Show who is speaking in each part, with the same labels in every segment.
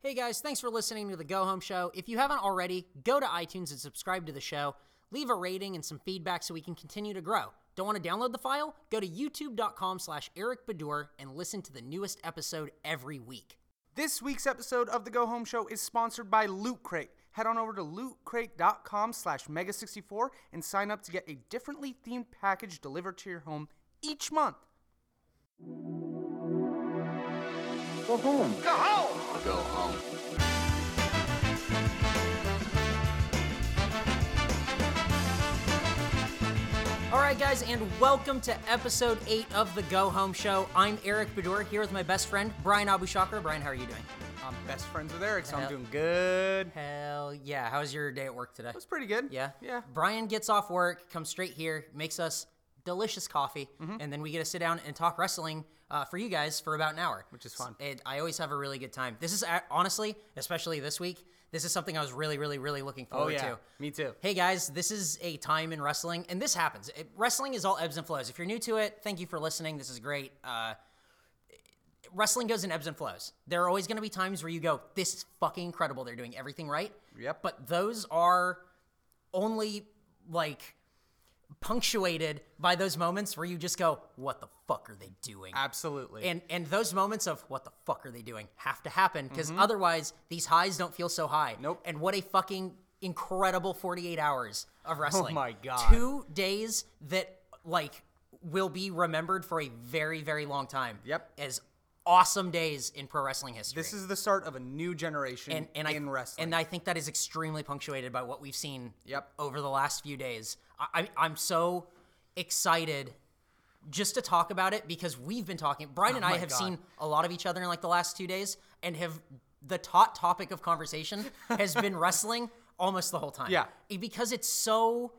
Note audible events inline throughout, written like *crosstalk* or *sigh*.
Speaker 1: Hey guys, thanks for listening to the Go Home Show. If you haven't already, go to iTunes and subscribe to the show. Leave a rating and some feedback so we can continue to grow. Don't want to download the file? Go to youtube.com slash Eric Bedour and listen to the newest episode every week.
Speaker 2: This week's episode of the Go Home Show is sponsored by Loot Crate. Head on over to lootcrate.com slash mega64 and sign up to get a differently themed package delivered to your home each month.
Speaker 3: Go home.
Speaker 2: Go home!
Speaker 3: Go home.
Speaker 1: All right, guys, and welcome to episode eight of the Go Home Show. I'm Eric Bedour here with my best friend, Brian Abushaker. Brian, how are you doing?
Speaker 2: I'm best friends with Eric, so I'm
Speaker 1: Hell-
Speaker 2: doing good. It
Speaker 1: Hell yeah. How's your day at work today?
Speaker 2: was pretty good.
Speaker 1: Yeah.
Speaker 2: Yeah.
Speaker 1: Brian gets off work, comes straight here, makes us delicious coffee,
Speaker 2: Mm-hmm.
Speaker 1: and then we get to sit down and talk wrestling uh, for you guys for about an hour, which
Speaker 2: is fun.
Speaker 1: It, I always have a really good time. This is uh, honestly, especially this week, this is something I was really, really, really looking forward
Speaker 2: Oh, yeah.
Speaker 1: to.
Speaker 2: Me too.
Speaker 1: Hey guys, this is a time in wrestling, and this happens. It, wrestling is all ebbs and flows. If you're new to it, thank you for listening. This is great. Uh, wrestling goes in ebbs and flows. There are always going to be times where you go, "This is fucking incredible. They're doing everything right."
Speaker 2: Yep.
Speaker 1: But those are only like punctuated by those moments where you just go, "What the fuck are they doing?"
Speaker 2: Absolutely.
Speaker 1: And and those moments of what the fuck are they doing have to happen because otherwise these highs don't feel so high.
Speaker 2: Mm-hmm. Nope.
Speaker 1: And what a fucking incredible 48 hours of wrestling.
Speaker 2: Oh my God.
Speaker 1: Two days that like will be remembered for a very very long time.
Speaker 2: Yep.
Speaker 1: As awesome days in pro wrestling history.
Speaker 2: this is the start of a new generation
Speaker 1: and, and
Speaker 2: in
Speaker 1: I,
Speaker 2: wrestling.
Speaker 1: And I think that is extremely punctuated by what we've seen
Speaker 2: Yep.
Speaker 1: over the last few days. I, I, I'm so excited just to talk about it because we've been talking. Brian and I have
Speaker 2: Oh God.
Speaker 1: seen a lot of each other in like the last two days and have the top topic of
Speaker 2: *laughs*
Speaker 1: conversation has been wrestling almost the whole time.
Speaker 2: Yeah.
Speaker 1: Eh, Because it's so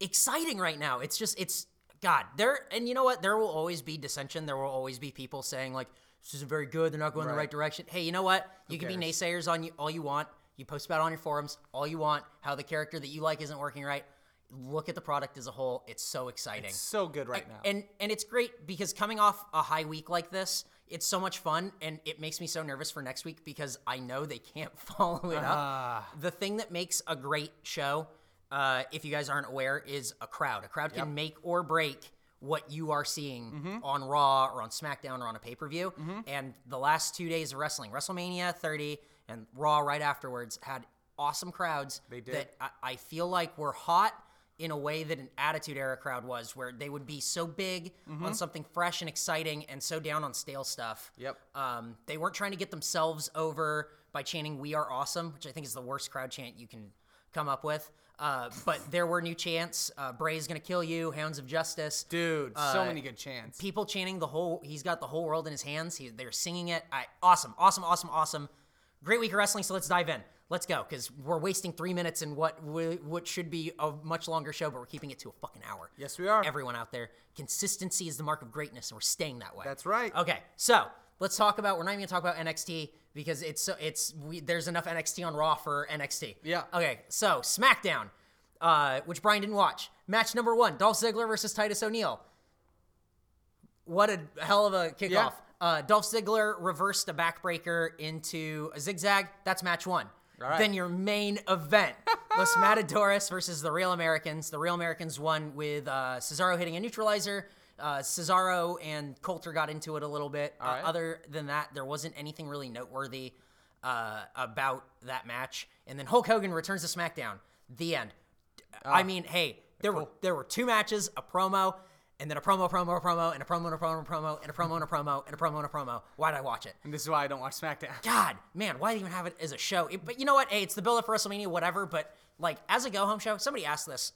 Speaker 1: exciting right now. It's just, it's, God, there, and you know what? There will always be dissension. There will always be people saying, like, this isn't very good. They're not going in the right direction. Hey, you know what? You can be
Speaker 2: cares?
Speaker 1: naysayers on you all you want. You post about it on your forums all you want. How the character that you like isn't working right. Look at the product as a whole. It's so exciting.
Speaker 2: so good right now.
Speaker 1: And and it's great because coming off a high week like this, it's so much fun and it makes me so nervous for next week because I know they can't *laughs* follow it
Speaker 2: Ah.
Speaker 1: up. The thing that makes a great show, uh, if you guys aren't aware, is a crowd. A crowd can make or break what you are seeing
Speaker 2: Mm-hmm.
Speaker 1: on Raw or on SmackDown or on a pay per view. And the last two days of wrestling, WrestleMania 30 and Raw right afterwards, had awesome crowds. They
Speaker 2: did.
Speaker 1: That I, I feel like we're hot in a way that an attitude era crowd was, where they would be so big on something fresh and exciting and so down on stale stuff.
Speaker 2: Yep.
Speaker 1: Um, they weren't trying to get themselves over by chanting "We are awesome," which I think is the worst crowd chant you can come up with. Uh, but there were new chants. Uh, Bray's gonna kill you. Hounds of Justice.
Speaker 2: Dude,
Speaker 1: uh,
Speaker 2: so many good chants.
Speaker 1: People chanting the whole. He's got the whole world in his hands. He, they're singing it. I, awesome, awesome, awesome, awesome. Great week of wrestling. So let's dive in. Let's go because we're wasting three minutes in what wi- what should be a much longer show, but we're keeping it to a fucking hour.
Speaker 2: Yes, we are.
Speaker 1: Everyone out there, consistency is the mark of greatness, and we're staying that way.
Speaker 2: That's right.
Speaker 1: Okay, so let's talk about. We're not even gonna talk about NXT because it's so it's we, there's enough NXT on Raw for NXT.
Speaker 2: Yeah.
Speaker 1: Okay, so SmackDown, uh, which Brian didn't watch. Match number one: Dolph Ziggler versus Titus O'Neil. What a hell of a kickoff.
Speaker 2: Yeah.
Speaker 1: Uh, Dolph Ziggler reversed a backbreaker into a zigzag. That's match one.
Speaker 2: right.
Speaker 1: Then your main event, Los Matadores versus the Real Americans. The Real Americans won with uh, Cesaro hitting a neutralizer. Uh, Cesaro and Coulter got into it a little bit. Uh,
Speaker 2: right.
Speaker 1: Other than that, there wasn't anything really noteworthy uh, about that match. And then Hulk Hogan returns to SmackDown. The end. I mean, hey, there were there were two matches, a promo, and then a promo, promo, promo, and a promo, and a promo, and a promo, and a promo, and a promo, and a promo, and a promo. Why'd I watch it?
Speaker 2: and this is why I don't watch SmackDown. *laughs*
Speaker 1: God, man, why do you even have it as a show? It- but you know what? Hey, it's the build up for WrestleMania, whatever. But like as a go home show, somebody asked this.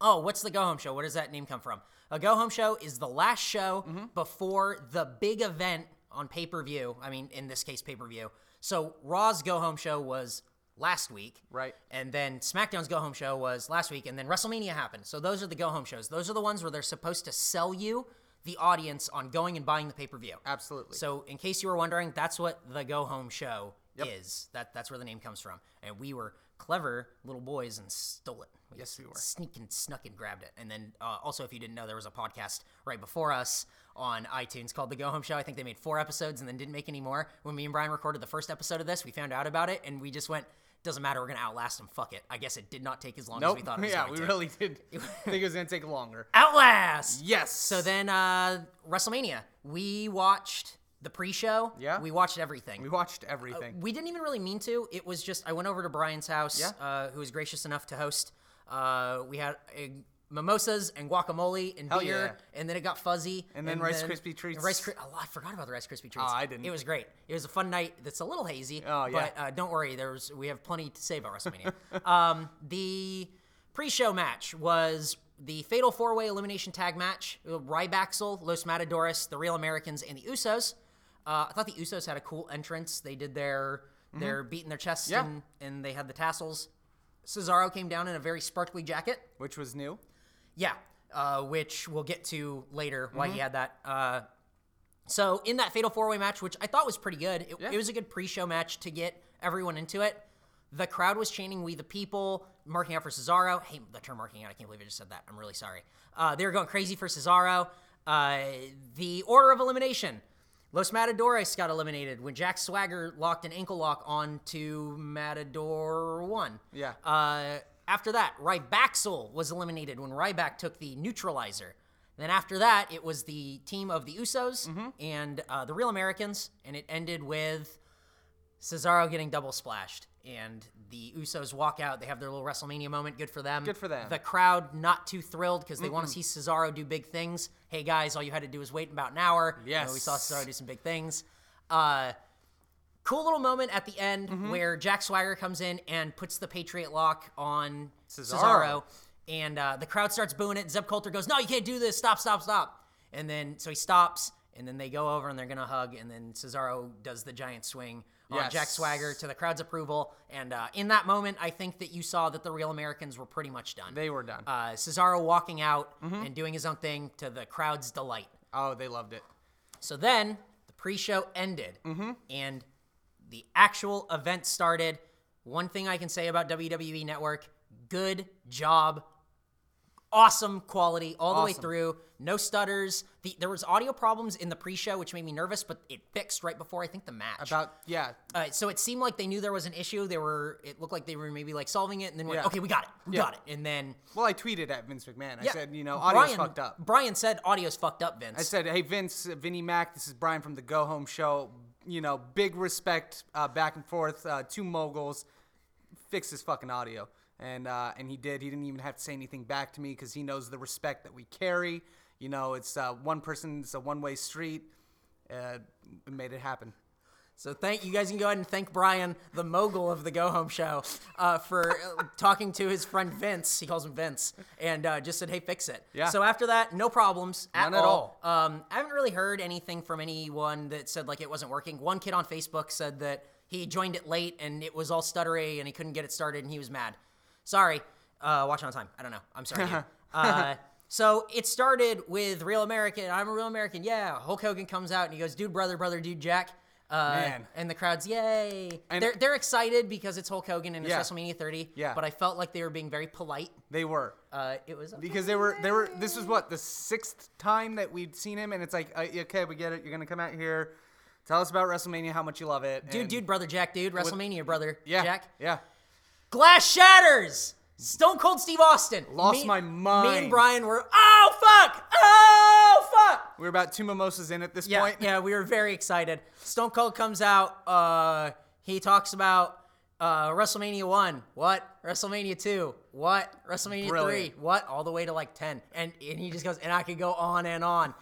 Speaker 1: Oh, what's the go home show? Where does that name come from? A go home show is the last show
Speaker 2: Mm-hmm.
Speaker 1: before the big event on pay per view. I mean, in this case, pay per view. So Raw's go home show was last week,
Speaker 2: Right.
Speaker 1: And then SmackDown's go home show was last week, and then WrestleMania happened. So those are the go home shows. Those are the ones where they're supposed to sell you the audience on going and buying the pay per view.
Speaker 2: Absolutely.
Speaker 1: So, in case you were wondering, that's what the Go Home Show is. That that's where the name comes from. And we were clever little boys and stole it. We
Speaker 2: Yes, we were.
Speaker 1: Sneak and snuck and grabbed it. And then uh, also, if you didn't know, there was a podcast right before us on iTunes called The Go Home Show. I think they made four episodes and then didn't make any more. When me and Brian recorded the first episode of this, we found out about it and we just went, doesn't matter, we're going to outlast them. Fuck it. I guess it did not take as long as
Speaker 2: Nope.
Speaker 1: we
Speaker 2: *laughs*
Speaker 1: thought it was
Speaker 2: yeah,
Speaker 1: going
Speaker 2: we
Speaker 1: to.
Speaker 2: really
Speaker 1: *laughs*
Speaker 2: did think it was gonna take longer.
Speaker 1: Outlast!
Speaker 2: Yes.
Speaker 1: So then, uh, WrestleMania, we watched the pre show.
Speaker 2: Yeah.
Speaker 1: We watched everything.
Speaker 2: we watched everything.
Speaker 1: We didn't even really mean to. It was just I went over to Brian's house,
Speaker 2: Yeah.
Speaker 1: uh, who was gracious enough to host. Uh, we had uh, mimosas and guacamole and
Speaker 2: Hell
Speaker 1: beer, and then it got fuzzy.
Speaker 2: And then Rice Krispie treats. Ah,
Speaker 1: Rice, Kri- oh, I forgot about the Rice Krispie treats.
Speaker 2: I didn't.
Speaker 1: It was great. It was a fun night. That's a little hazy.
Speaker 2: Oh, yeah.
Speaker 1: But uh, don't worry, there's we have plenty to say about
Speaker 2: *laughs*
Speaker 1: WrestleMania. um, the pre-show match was. The Fatal Four Way Elimination Tag Match: Rybacksel, Los Matadores, The Real Americans, and the Usos. Uh, I thought the Usos had a cool entrance. They did their their beating their chests
Speaker 2: Yeah.
Speaker 1: and, and they had the tassels. Cesaro came down in a very sparkly jacket.
Speaker 2: which was new.
Speaker 1: Yeah, uh, which we'll get to later why he had that. Uh, so in that fatal four way match, which I thought was pretty good, it, it was a good pre show match to get everyone into it. The crowd was chanting "We the People," marking out for Cesaro. Hey, the term "marking out," I can't believe I just said that. I'm really sorry. Uh, they were going crazy for Cesaro. Uh, the order of elimination: Los Matadores got eliminated when Jack Swagger locked an ankle lock onto Matador One.
Speaker 2: Yeah.
Speaker 1: Uh, after that, Rybacksel was eliminated when Ryback took the neutralizer. Then after that, it was the team of the Usos
Speaker 2: Mm-hmm.
Speaker 1: and uh, the Real Americans, and it ended with Cesaro getting double splashed. And the Usos walk out. They have their little WrestleMania moment. Good for them.
Speaker 2: Good for them.
Speaker 1: The crowd not too thrilled because they want to see Cesaro do big things. Hey guys, all you had to do was wait about an hour. You know, we saw
Speaker 2: Yes.
Speaker 1: Cesaro do some big things. Uh, cool little moment at the end
Speaker 2: Mm-hmm.
Speaker 1: where Jack Swagger comes in and puts the Patriot lock on Cesaro,
Speaker 2: Cesaro.
Speaker 1: and uh, the crowd starts booing it. Zeb Coulter goes, "No, you can't do this! Stop! Stop! Stop!" And then so he stops, and then they go over and they're gonna hug, and then Cesaro does the giant swing on
Speaker 2: Yes.
Speaker 1: Jack Swagger to the crowd's approval. And uh, in that moment, I think that you saw that the real Americans were pretty much done.
Speaker 2: They Mm-hmm. were done.
Speaker 1: uh, Cesaro walking out and doing his own thing to the crowd's delight.
Speaker 2: oh, they loved it.
Speaker 1: So then the pre-show ended, and the actual event started. One thing I can say about WWE Network: good job, awesome quality all the way through. No stutters. The, there was audio problems in the pre-show, which made me nervous, but it fixed right before I think the match.
Speaker 2: About yeah,
Speaker 1: Uh, so it seemed like they knew there was an issue. They were. It looked like they were maybe like solving it, and then went,
Speaker 2: Yeah.
Speaker 1: "Okay, we got it, we
Speaker 2: Yeah.
Speaker 1: got it." And then
Speaker 2: Well, I tweeted at Vince McMahon. I
Speaker 1: yeah,
Speaker 2: said, you know, audio's
Speaker 1: Brian-
Speaker 2: fucked up.
Speaker 1: Brian said audio's fucked up, Vince.
Speaker 2: I said, hey, Vince, Vinny Mac, this is Brian from the Go Home Show. You know, big respect uh, back and forth, uh, two moguls. Fix this fucking audio. And, uh, and he did. He didn't even have to say anything back to me because he knows the respect that we carry. You know, it's uh, one person, it's a one way street. Uh, it made it happen.
Speaker 1: So thank you guys can go ahead and thank Brian, the mogul of the Go Home Show, uh, for uh, talking to his friend Vince. He calls him Vince, and uh, just said, "Hey, fix it."
Speaker 2: Yeah.
Speaker 1: So after that, no problems at
Speaker 2: None at
Speaker 1: Um, I haven't really heard anything from anyone that said like it wasn't working. One kid on Facebook said that he joined it late and it was all stuttery and he couldn't get it started and he was mad. Sorry. Uh, watch on time. I don't know. I'm sorry.
Speaker 2: *laughs*
Speaker 1: dude. uh, so it started with real American. I'm a real American. Yeah. Hulk Hogan comes out and he goes, "Dude, brother, brother, dude, Jack." Uh,
Speaker 2: Man.
Speaker 1: and the crowd's yay.
Speaker 2: And-
Speaker 1: they're they're excited because it's Hulk Hogan and it's
Speaker 2: Yeah.
Speaker 1: WrestleMania 30.
Speaker 2: Yeah.
Speaker 1: But I felt like they were being very polite.
Speaker 2: They were.
Speaker 1: Uh, it was okay.
Speaker 2: because they were they were this was what the sixth time that we'd seen him and it's like uh, okay we get it you're gonna come out here tell us about wrestlemania how much you love it
Speaker 1: dude,
Speaker 2: and-
Speaker 1: dude, brother, Jack, dude, WrestleMania, brother,
Speaker 2: yeah
Speaker 1: Jack.
Speaker 2: yeah
Speaker 1: Glass shatters. Stone Cold Steve Austin.
Speaker 2: Lost
Speaker 1: me,
Speaker 2: my mind.
Speaker 1: Me and Brian were oh fuck, oh fuck.
Speaker 2: we were about two mimosas in at this
Speaker 1: Yeah,
Speaker 2: point
Speaker 1: yeah, we were very excited. Stone Cold comes out. Uh, he talks about uh, WrestleMania one, what WrestleMania two, what WrestleMania
Speaker 2: Brilliant.
Speaker 1: three, what all the way to like ten, and and he just goes, and I could go on and on.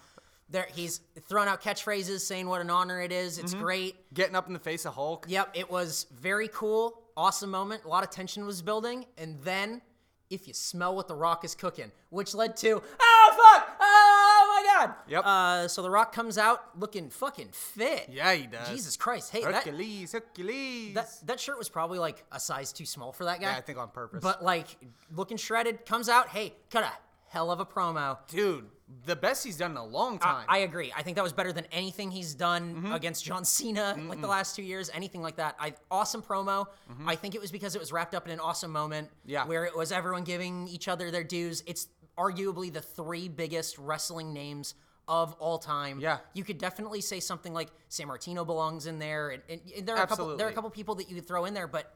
Speaker 1: There, he's throwing out catchphrases, saying what an honor it is.
Speaker 2: Mm-hmm.
Speaker 1: It's great.
Speaker 2: getting up in the face of hulk
Speaker 1: Yep, it was very cool, awesome moment. A lot of tension was building, and then if you smell what The Rock is cooking, which led to oh fuck, oh my god.
Speaker 2: Yep.
Speaker 1: Uh, so The Rock comes out looking fucking fit.
Speaker 2: yeah he does
Speaker 1: Jesus Christ, hey that,
Speaker 2: hercules hercules
Speaker 1: that that shirt was probably like a size too small for that guy.
Speaker 2: yeah i think on purpose
Speaker 1: But like looking shredded, comes out, hey, cut a hell of a promo.
Speaker 2: Dude, the best he's done in a long
Speaker 1: I,
Speaker 2: time. Mm-hmm.
Speaker 1: I agree. I think that was better than anything he's done against John Cena like the last two years, anything like that. I awesome promo. I think it was because it was wrapped up in an awesome moment
Speaker 2: Mm-hmm. Yeah.
Speaker 1: where it was everyone giving each other their dues. It's arguably the three biggest wrestling names of all time.
Speaker 2: Yeah.
Speaker 1: You could definitely say something like San Martino belongs in there and, and, and there are a couple there are
Speaker 2: Absolutely.
Speaker 1: a couple people that you could throw in there, but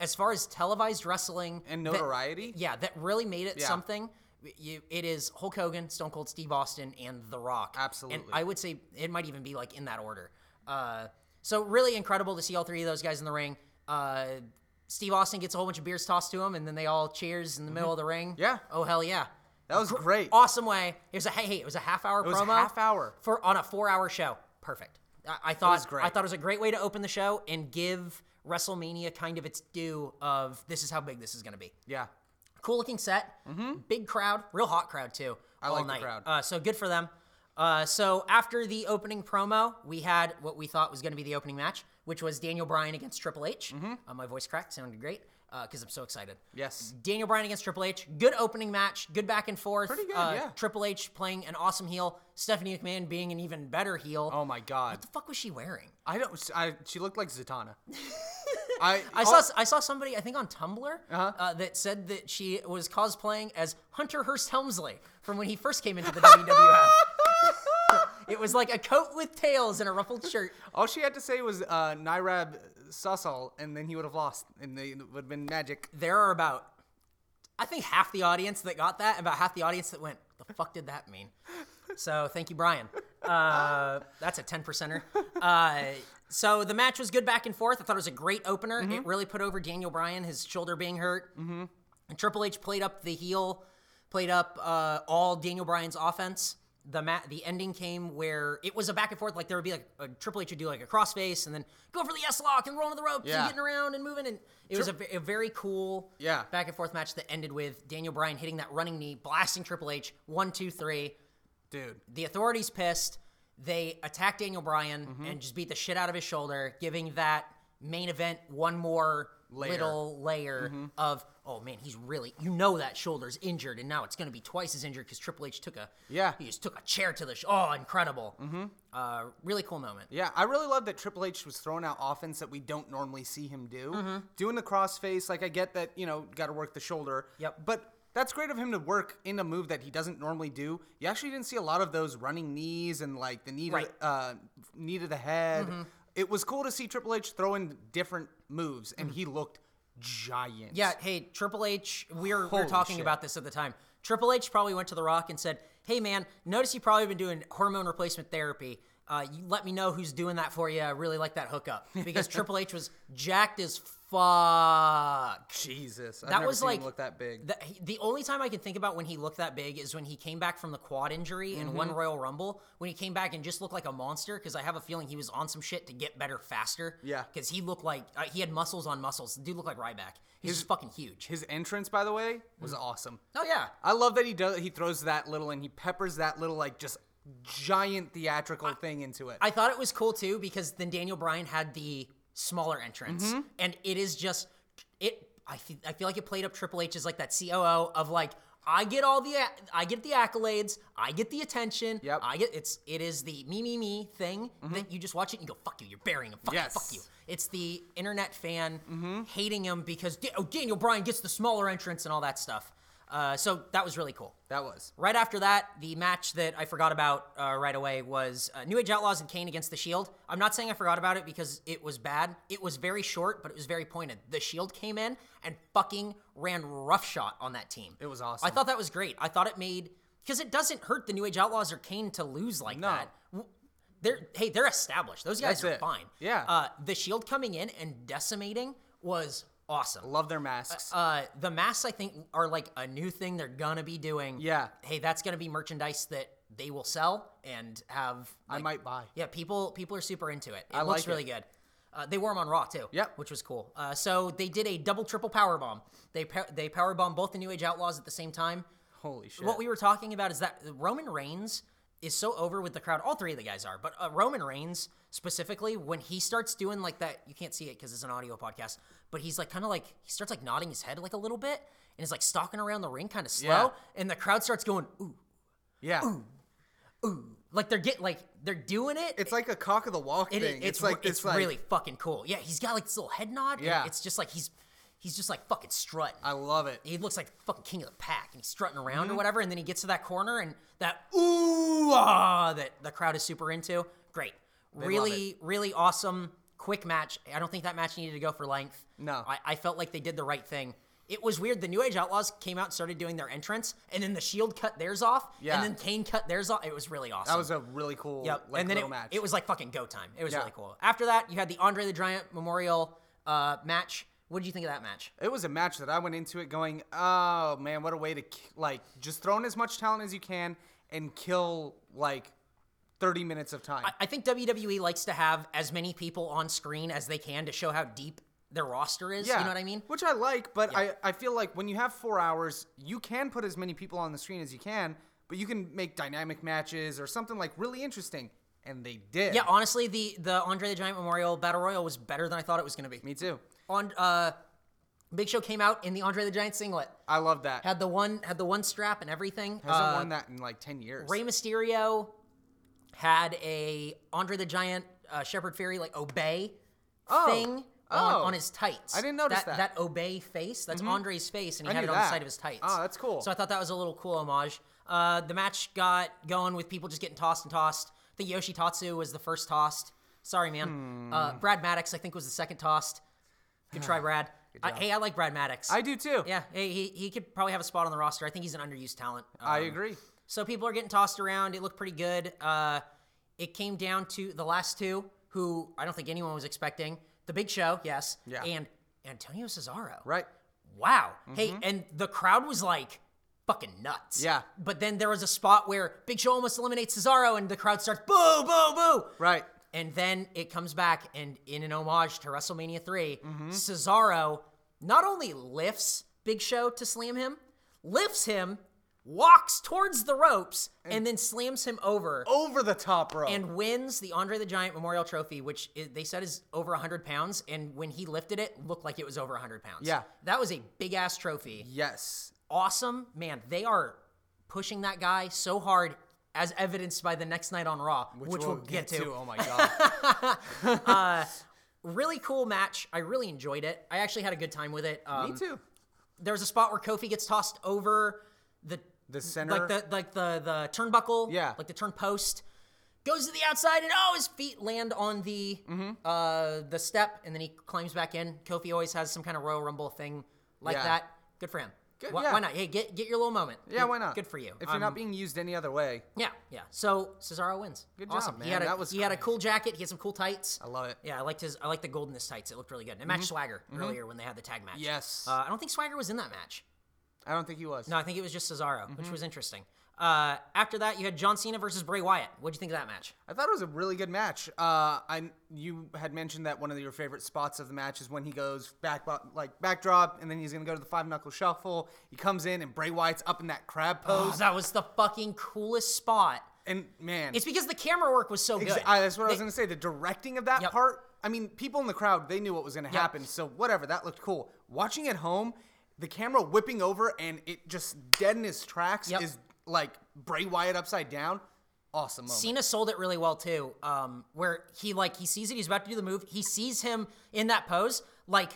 Speaker 1: as far as televised wrestling
Speaker 2: and
Speaker 1: that-
Speaker 2: notoriety.
Speaker 1: yeah, that really made it
Speaker 2: Yeah.
Speaker 1: something. You, it is Hulk Hogan, Stone Cold Steve Austin, and The Rock. And
Speaker 2: Absolutely.
Speaker 1: I would say it might even be like in that order. Uh, so really incredible to see all three of those guys in the ring. Uh, Steve Austin gets a whole bunch of beers tossed to him, and then they all cheers in the middle of the ring.
Speaker 2: Mm-hmm. Yeah.
Speaker 1: Oh hell yeah.
Speaker 2: That was great.
Speaker 1: Awesome way. It was a hey, hey it was a half hour
Speaker 2: It was
Speaker 1: promo.
Speaker 2: half hour.
Speaker 1: for on a four hour show. Perfect. I, I thought
Speaker 2: was great.
Speaker 1: I thought it was a great way to open the show and give WrestleMania kind of its due of this is how big this is going to be
Speaker 2: Yeah.
Speaker 1: cool looking set, big crowd, real hot crowd too. I all
Speaker 2: Mm-hmm. like the
Speaker 1: night.
Speaker 2: crowd.
Speaker 1: Uh, so good for them. Uh, so after the opening promo, we had what we thought was going to be the opening match, which was Daniel Bryan against Triple H. Uh, my voice cracked, sounded great because I'm so excited.
Speaker 2: Mm-hmm. Yes.
Speaker 1: Daniel Bryan against Triple H. Good opening match. Good back and forth.
Speaker 2: Pretty good,
Speaker 1: uh,
Speaker 2: yeah.
Speaker 1: Triple H playing an awesome heel. Stephanie McMahon being an even better heel.
Speaker 2: Oh my god.
Speaker 1: What the fuck was she wearing?
Speaker 2: I don't. I, she looked
Speaker 1: *laughs*
Speaker 2: like Zatanna. I
Speaker 1: I
Speaker 2: oh,
Speaker 1: saw I saw somebody I think on Tumblr uh that said that she was cosplaying as Hunter Hearst Helmsley from when he first came into the WWF. it was like a coat with tails and a ruffled shirt.
Speaker 2: All she had to say was uh, Nirab Sussal, and then he would have lost, and they would have been magic.
Speaker 1: There are about I think half the audience that got that, about half the audience that went, "What "The fuck did that mean?" So thank you, Brian. Uh, that's a ten percenter. Uh, so the match was good back and forth. I thought it was a great opener. It really put over Daniel Bryan, his shoulder being hurt. Mm-hmm. And Triple H played up the heel, played up uh, all Daniel Bryan's offense. The mat, the ending came where it was a back and forth. Like there would be like a Triple H would do like a crossface and then go for the S lock and roll into the ropes
Speaker 2: Yeah.
Speaker 1: and getting around and moving. And it was a, ve- a very cool
Speaker 2: Yeah.
Speaker 1: back and forth match that ended with Daniel Bryan hitting that running knee, blasting Triple H. One, two, three.
Speaker 2: Dude,
Speaker 1: The authorities pissed. They attack Daniel Bryan and just beat the shit out of his shoulder, giving that main event one more little layer of oh man, he's really you know that shoulder's injured and now it's going to be twice as injured because Triple H took a
Speaker 2: Yeah.
Speaker 1: he just took a chair to the sh- oh incredible mm-hmm. uh, really cool moment
Speaker 2: Yeah, I really love that Triple H was throwing out offense that we don't normally see him do.
Speaker 1: Mm-hmm.
Speaker 2: Doing the crossface, like I get that, you know, got to work the shoulder.
Speaker 1: Yep.
Speaker 2: But that's great of him to work in a move that he doesn't normally do. You actually didn't see a lot of those running knees and like the knee to,
Speaker 1: Right. Mm-hmm.
Speaker 2: uh, knee to the head. It was cool to see Triple H throw in different moves, and he looked giant.
Speaker 1: Mm-hmm. Yeah, hey, Triple H, we were, we were
Speaker 2: Holy
Speaker 1: talking
Speaker 2: shit.
Speaker 1: about this at the time. Triple H probably went to The Rock and said, hey, man, notice you've probably been doing hormone replacement therapy. Uh, you let me know who's doing that for you. I really like that hookup.
Speaker 2: *laughs*
Speaker 1: Because Triple H was jacked as fuck.
Speaker 2: Jesus, I've
Speaker 1: That
Speaker 2: never
Speaker 1: was
Speaker 2: seen
Speaker 1: like-
Speaker 2: him look that big.
Speaker 1: The, the only time I can think about when he looked that big is when he came back from the quad injury and
Speaker 2: Mm-hmm.
Speaker 1: won Royal Rumble. When he came back and just looked like a monster, because I have a feeling he was on some shit to get better faster.
Speaker 2: Yeah.
Speaker 1: Because he looked like uh, he had muscles on muscles. The dude looked like Ryback. He's just fucking huge.
Speaker 2: His entrance, by the way, was awesome.
Speaker 1: oh yeah.
Speaker 2: I love that he does. He throws that little and he peppers that little like just giant theatrical thing into it.
Speaker 1: I thought it was cool too because then Daniel Bryan had the smaller entrance,
Speaker 2: Mm-hmm.
Speaker 1: and it is just it. I feel, I feel like it played up Triple H as like that COO of like I get all the a- I get the accolades, I get the attention,
Speaker 2: Yep. Mm-hmm.
Speaker 1: I get it's it is the me me me thing that you just watch it and you go fuck you, you're burying him, fuck you, fuck
Speaker 2: Yes. Mm-hmm.
Speaker 1: you. It's the internet fan hating him because Da- oh Daniel Bryan gets the smaller entrance and all that stuff. Uh, so that was really cool.
Speaker 2: that was
Speaker 1: Right after that, the match that I forgot about uh, right away was uh, New Age Outlaws and Kane against The Shield. I'm not saying I forgot about it because it was bad. It was very short, but it was very pointed. The Shield came in and fucking ran roughshod on that team. It
Speaker 2: was awesome.
Speaker 1: I thought that was great. I thought it made because it doesn't hurt the New Age Outlaws or Kane to lose like that. W- They're hey, they're established. Those guys
Speaker 2: That's
Speaker 1: are
Speaker 2: it.
Speaker 1: fine.
Speaker 2: Yeah.
Speaker 1: Uh, the Shield coming in and decimating was awesome.
Speaker 2: love their masks.
Speaker 1: Uh, the masks, I think, are like a new thing they're gonna be doing.
Speaker 2: Yeah.
Speaker 1: Hey, that's gonna be merchandise that they will sell and have.
Speaker 2: I
Speaker 1: like-
Speaker 2: might buy.
Speaker 1: Yeah, people people are super into it. It
Speaker 2: I
Speaker 1: looks
Speaker 2: like
Speaker 1: really good. Uh, they wore them on Raw too.
Speaker 2: Yep.
Speaker 1: Which was cool. Uh, so they did a double triple power bomb. They pow- they power bomb both the New Age Outlaws at the same time.
Speaker 2: Holy shit!
Speaker 1: What we were talking about is that Roman Reigns is so over with the crowd. All three of the guys are, but uh, Roman Reigns specifically, when he starts doing like that, you can't see it because it's an audio podcast, but he's like kind of like he starts like nodding his head like a little bit, and is like stalking around the ring kind of slow,
Speaker 2: Yeah.
Speaker 1: and the crowd starts going ooh
Speaker 2: Yeah.
Speaker 1: ooh, like they're get like they're doing it.
Speaker 2: It's like a cock of the walk
Speaker 1: It-
Speaker 2: thing.
Speaker 1: it's,
Speaker 2: It's, like
Speaker 1: it's
Speaker 2: like,
Speaker 1: really fucking cool. Yeah, he's got like this little head nod. and
Speaker 2: Yeah.
Speaker 1: it's just like he's he's just like fucking strutting.
Speaker 2: I love it.
Speaker 1: he looks like the fucking king of the pack, and he's strutting around
Speaker 2: Mm-hmm.
Speaker 1: or whatever. And then he gets to that corner, and that ooh ah that the crowd is super into. Great, really, really awesome, quick match. I don't think that match needed to go for length.
Speaker 2: No.
Speaker 1: I, I felt like they did the right thing. It was weird. The New Age Outlaws came out, and started doing their entrance, and then the Shield cut theirs off,
Speaker 2: Yeah.
Speaker 1: and then Kane cut theirs off. It was really awesome.
Speaker 2: That was a really cool
Speaker 1: Yep.
Speaker 2: like,
Speaker 1: and then
Speaker 2: little
Speaker 1: it,
Speaker 2: match.
Speaker 1: it was like fucking go time. It was
Speaker 2: Yeah.
Speaker 1: really cool. After that, you had the Andre the Giant Memorial uh, match. What did you think of that match?
Speaker 2: It was a match that I went into it going, oh man, what a way to k- like just throw in as much talent as you can and kill like thirty minutes of time.
Speaker 1: I- I think WWE likes to have as many people on screen as they can to show how deep their roster is. You know what I mean?
Speaker 2: Which I like, but I, I feel like when you have four hours, you can put as many people on the screen as you can, but you can make dynamic matches or something like really interesting. And they did.
Speaker 1: Yeah, honestly, the the Andre the Giant Memorial Battle Royal was better than I thought it was going to be.
Speaker 2: me too.
Speaker 1: On uh, Big Show came out in the Andre the Giant singlet.
Speaker 2: I love that.
Speaker 1: Had the one had the one strap and everything.
Speaker 2: Hasn't
Speaker 1: Uh,
Speaker 2: won that in like ten years.
Speaker 1: Rey Mysterio had a Andre the Giant uh, Shepherd Fairy like obey
Speaker 2: Oh.
Speaker 1: thing on,
Speaker 2: Oh.
Speaker 1: on his tights.
Speaker 2: I didn't notice that. Mm-hmm.
Speaker 1: That obey face. That's Andre's face, and he
Speaker 2: I
Speaker 1: had it
Speaker 2: knew
Speaker 1: on the
Speaker 2: that.
Speaker 1: side of his tights.
Speaker 2: Oh, that's cool.
Speaker 1: So I thought that was a little cool homage. Uh, the match got going with people just getting tossed and tossed. I think Yoshi Tatsu was the first tossed. Sorry, man.
Speaker 2: Hmm.
Speaker 1: Uh, Brad Maddox, I think, was the second tossed. Good
Speaker 2: *sighs*
Speaker 1: try, Brad. I, hey, I like Brad Maddox.
Speaker 2: I do too.
Speaker 1: Yeah, hey, he, he could probably have a spot on the roster. I think he's an underused talent.
Speaker 2: I
Speaker 1: Um,
Speaker 2: agree.
Speaker 1: so people are getting tossed around. It looked pretty good. Uh, it came down to the last two, who I don't think anyone was expecting. The Big Show, yes,
Speaker 2: Yeah.
Speaker 1: and Antonio Cesaro.
Speaker 2: Right. Mm-hmm.
Speaker 1: Wow. Hey, and the crowd was like fucking nuts.
Speaker 2: Yeah.
Speaker 1: But then there was a spot where Big Show almost eliminates Cesaro, and the crowd starts boo, boo, boo.
Speaker 2: Right.
Speaker 1: And then it comes back, and in an homage to WrestleMania 3, Cesaro not only lifts Big Show to slam him, lifts him, walks towards the ropes, and, Oh. then slams him over
Speaker 2: Over the top row.
Speaker 1: and wins the Andre the Giant Memorial Trophy, which i they said is over 100 pounds. And when he lifted it, looked like it was over 100 pounds.
Speaker 2: Yeah.
Speaker 1: That was a big ass trophy
Speaker 2: yes.
Speaker 1: awesome. Man, they are pushing that guy so hard, as evidenced by the next night on Raw, which, we'll, get, to.
Speaker 2: Oh
Speaker 1: *laughs*
Speaker 2: my god.
Speaker 1: Really cool match. I really enjoyed it. I actually had a good time with it. Um,
Speaker 2: Me too.
Speaker 1: There was a spot where Kofi gets tossed over the
Speaker 2: The center.
Speaker 1: like the like the the turnbuckle.
Speaker 2: Yeah.
Speaker 1: Like the turn post. Goes to the outside and oh his feet land on the
Speaker 2: Mm-hmm.
Speaker 1: uh the step and then he climbs back in. Kofi always has some kind of Royal Rumble thing like
Speaker 2: Yeah.
Speaker 1: that. Good for him.
Speaker 2: Good,
Speaker 1: why,
Speaker 2: yeah.
Speaker 1: why not? Hey, get get your little moment.
Speaker 2: yeah, why not?
Speaker 1: Good for you. Um,
Speaker 2: If you're not being used any other way,
Speaker 1: Yeah, yeah. So Cesaro wins. Good
Speaker 2: job,
Speaker 1: awesome.
Speaker 2: man.
Speaker 1: He had a,
Speaker 2: That was
Speaker 1: he had a
Speaker 2: crazy.
Speaker 1: cool jacket. He had some cool tights.
Speaker 2: I love it. Mm-hmm.
Speaker 1: Yeah, I liked his. I liked the gold in his tights. It looked really good. And it matched Swagger earlier when they had the tag match.
Speaker 2: Yes.
Speaker 1: Uh, I don't think Swagger was in that match.
Speaker 2: I don't think he was.
Speaker 1: No, I think it was just Cesaro, which
Speaker 2: Mm-hmm.
Speaker 1: was interesting. Uh, after that, you had John Cena versus Bray Wyatt. What'd you think of that match?
Speaker 2: I thought it was a really good match. Uh, I you had mentioned that one of your favorite spots of the match is when he goes back uh, like backdrop, and then he's gonna go to the five knuckle shuffle. He comes in and Bray Wyatt's up in that crab
Speaker 1: Oh,
Speaker 2: pose,
Speaker 1: that was the fucking coolest spot.
Speaker 2: and man,
Speaker 1: It's because the camera work was so
Speaker 2: exa-
Speaker 1: good.
Speaker 2: I- that's what I was
Speaker 1: They-
Speaker 2: gonna say. The directing of that
Speaker 1: Yep.
Speaker 2: part. I mean, people in the crowd they knew what was gonna happen, so whatever. That looked cool. Watching at home, the camera whipping over and it just dead in his tracks
Speaker 1: Yep.
Speaker 2: is like Bray Wyatt upside down. Awesome moment.
Speaker 1: Cena sold it really well too. Um, where he like he sees it, he's about to do the move. He sees him in that pose, like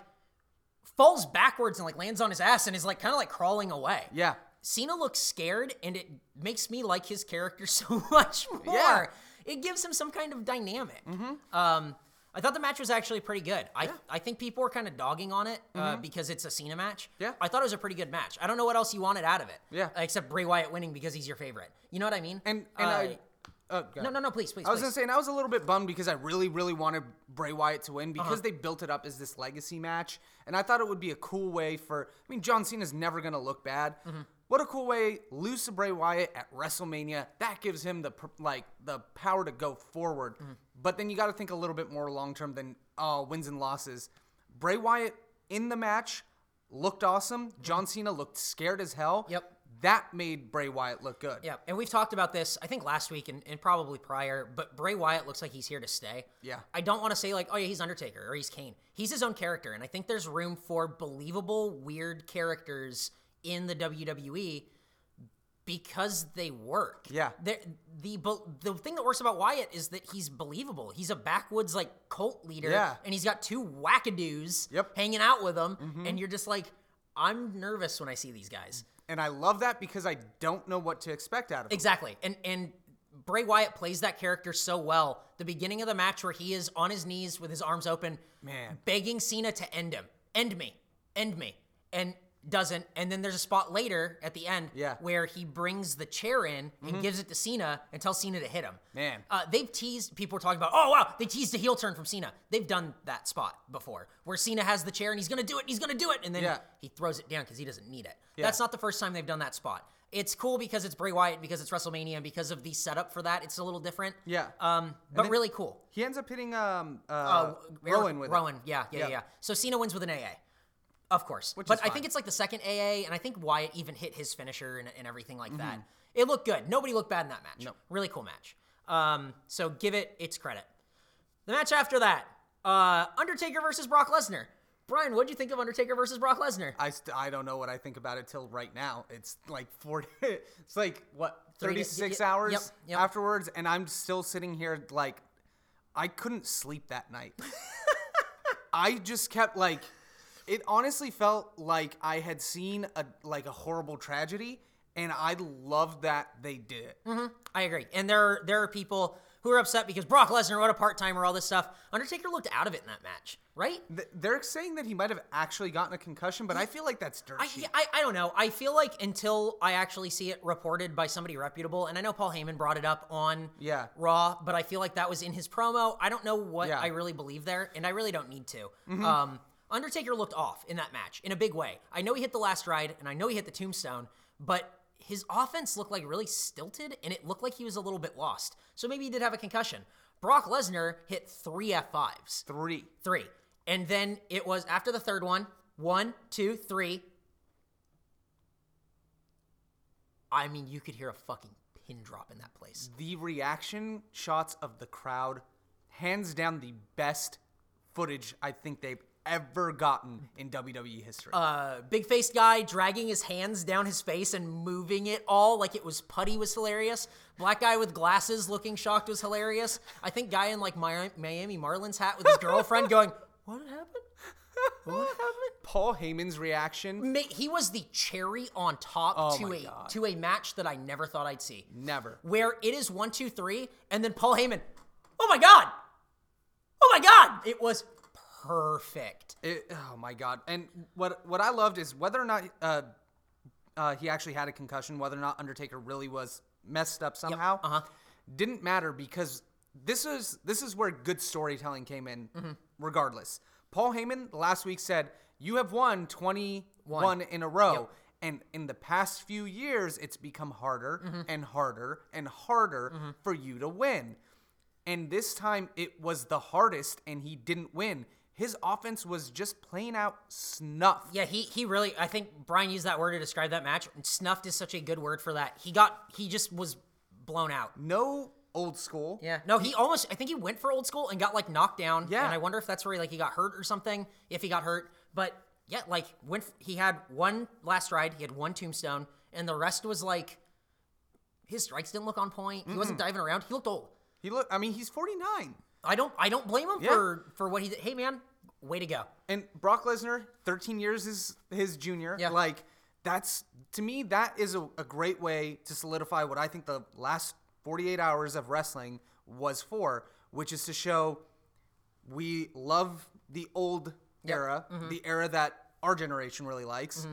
Speaker 1: falls backwards and like lands on his ass and is like kind of like crawling away.
Speaker 2: yeah.
Speaker 1: Cena looks scared, and it makes me like his character *laughs* so much more.
Speaker 2: Yeah. Mm-hmm.
Speaker 1: It gives him some kind of dynamic. Um, I thought the match was actually pretty good. I, I think people were kind of dogging on it uh, because it's a Cena match.
Speaker 2: Mm-hmm. Yeah.
Speaker 1: I thought it was a pretty good match. I don't know what else you wanted out of it.
Speaker 2: Yeah.
Speaker 1: Except Bray Wyatt winning because he's your favorite. You know what I mean?
Speaker 2: And and
Speaker 1: Uh,
Speaker 2: I. Oh, go
Speaker 1: no,
Speaker 2: ahead.
Speaker 1: no, no, please, please.
Speaker 2: I was
Speaker 1: please.
Speaker 2: gonna say, and I was a little bit bummed because I really, really wanted Bray Wyatt to
Speaker 1: Uh-huh.
Speaker 2: win because they built it up as this legacy match, and I thought it would be a cool way for. I mean, John Cena's never gonna look bad.
Speaker 1: Mm-hmm.
Speaker 2: What a cool way lose to Bray Wyatt at WrestleMania. That gives him the pr- like the power to go forward.
Speaker 1: Mm-hmm.
Speaker 2: But then you got to think a little bit more long term than uh, wins and losses. Bray Wyatt in the match looked awesome. John Cena looked scared as hell.
Speaker 1: Mm-hmm. Yep.
Speaker 2: That made Bray Wyatt look good.
Speaker 1: Yeah, and we've talked about this, I think last week and, and probably prior, but Bray Wyatt looks like he's here to stay.
Speaker 2: Yeah.
Speaker 1: I don't want to say, like, oh, yeah, he's Undertaker or he's Kane. He's his own character, and I think there's room for believable, weird characters in the WWE because they work.
Speaker 2: Yeah.
Speaker 1: The, the, bel- the thing that works about Wyatt is that he's believable. He's a backwoods, like, cult leader,
Speaker 2: Yeah.
Speaker 1: and he's got two wackadoos
Speaker 2: Yep. Mm-hmm.
Speaker 1: hanging out with him, and you're just like, I'm nervous when I see these guys.
Speaker 2: And I love that because I don't know what to expect out of him.
Speaker 1: Exactly. And and Bray Wyatt plays that character so well. The beginning of the match where he is on his knees with his arms open,
Speaker 2: Man.
Speaker 1: begging Cena to end him. End me. End me. And doesn't. And then there's a spot later at the end
Speaker 2: Yeah. Mm-hmm.
Speaker 1: where he brings the chair in and gives it to Cena and tells Cena to hit him.
Speaker 2: Man.
Speaker 1: Uh, they've teased, people are talking about, oh, wow, they teased a heel turn from Cena. They've done that spot before where Cena has the chair and he's going to do it, he's going to do it. And then
Speaker 2: Yeah.
Speaker 1: he throws it down because he doesn't need it. That's not the first time they've done that spot. It's cool because it's Bray Wyatt, because it's WrestleMania, and because of the setup for that. It's a little different.
Speaker 2: Yeah.
Speaker 1: Um, but really cool.
Speaker 2: He ends up hitting um uh,
Speaker 1: Eric
Speaker 2: Rowan with it.
Speaker 1: Oh, Rowan, yeah, yeah, yeah,
Speaker 2: Yeah.
Speaker 1: yeah. So Cena wins with an AA, of course. but
Speaker 2: is
Speaker 1: I
Speaker 2: fine.
Speaker 1: think it's like the second AA, and I think Wyatt even hit his finisher and, and everything
Speaker 2: Mm-hmm.
Speaker 1: like that. It looked good. Nobody looked bad in that match. Really cool match. Um, so give it its credit. The match after that, uh, Undertaker versus Brock Lesnar. Brian, what'd you think of Undertaker versus Brock Lesnar?
Speaker 2: I, st- I don't know what I think about it till right now. It's like 40, *laughs* it's like what,
Speaker 1: Three to-
Speaker 2: 36
Speaker 1: yep,
Speaker 2: hours
Speaker 1: yep.
Speaker 2: afterwards. And I'm still sitting here like, I couldn't sleep
Speaker 1: *laughs*
Speaker 2: that night. I just kept like, it honestly felt like I had seen a like a horrible tragedy. And I loved that they did it.
Speaker 1: I agree. And there there are people who are upset because Brock Lesnar, what a part timer, all this stuff. Undertaker looked out of it in that match, right?
Speaker 2: Th- They're saying that he might have actually gotten a concussion, but I feel like that's dirt
Speaker 1: I,
Speaker 2: cheap.
Speaker 1: yeah, I, I don't know. I feel like until I actually see it reported by somebody reputable, and I know Paul Heyman brought it up on
Speaker 2: Yeah.
Speaker 1: Raw, but I feel like that was in his promo. I don't know what
Speaker 2: Yeah. Mm-hmm.
Speaker 1: I really believe there, and I really don't need to. Um, Undertaker looked off in that match in a big way. I know he hit the last ride, and I know he hit the tombstone, but his offense looked like really stilted, and it looked like he was a little bit lost. So maybe he did have a concussion. Brock Lesnar hit three F5s
Speaker 2: Three.
Speaker 1: three. And then it was after the third one, one, two, three. I mean, you could hear a fucking pin drop in that place.
Speaker 2: the reaction shots of the crowd, hands down the best footage I think they've ever gotten in WWE history.
Speaker 1: Uh, big faced guy dragging his hands down his face and moving it all like it was putty was hilarious. Black guy with glasses looking shocked was hilarious. I think guy in like Mi- Miami Marlins hat with his girlfriend going, "What
Speaker 2: *laughs*
Speaker 1: happened? What happened?"
Speaker 2: Paul Heyman's reaction,
Speaker 1: Ma- he was the cherry on top to
Speaker 2: Oh my
Speaker 1: a to a match that I never thought I'd see.
Speaker 2: never.
Speaker 1: Where it is one, two, three, and then Paul Heyman. Oh my god! Oh my god! It was perfect.
Speaker 2: It, oh my god! And what what I loved is whether or not uh, uh, he actually had a concussion, whether or not Undertaker really was messed up somehow,
Speaker 1: uh-huh.
Speaker 2: didn't matter because this is this is where good storytelling came in. Regardless, Paul Heyman last week said you have won twenty one in a row. And in the past few years, it's become harder and harder and harder for you to win. And this time it was the hardest and he didn't win. His offense was just plain out snuff.
Speaker 1: Yeah, he he really I think Brian used that word to describe that match. And snuffed is such a good word for that. He got he just was blown out.
Speaker 2: No old school.
Speaker 1: Yeah. No, he almost I think he went for old school and got like knocked down.
Speaker 2: Yeah.
Speaker 1: And I wonder if that's where he like he got hurt or something, if he got hurt. But yeah, like went f- he had one last ride, he had one tombstone, and the rest was like his strikes didn't look on point. He wasn't diving around. He looked old.
Speaker 2: He look I mean he's 49.
Speaker 1: I don't I don't blame him
Speaker 2: Yeah.
Speaker 1: for for what he did. Hey man, way to go.
Speaker 2: And Brock Lesnar, 13 years is his junior.
Speaker 1: Yeah.
Speaker 2: Like that's to me that is a, a great way to solidify what I think the last 48 hours of wrestling was for, which is to show we love the old era, the era that our generation really likes.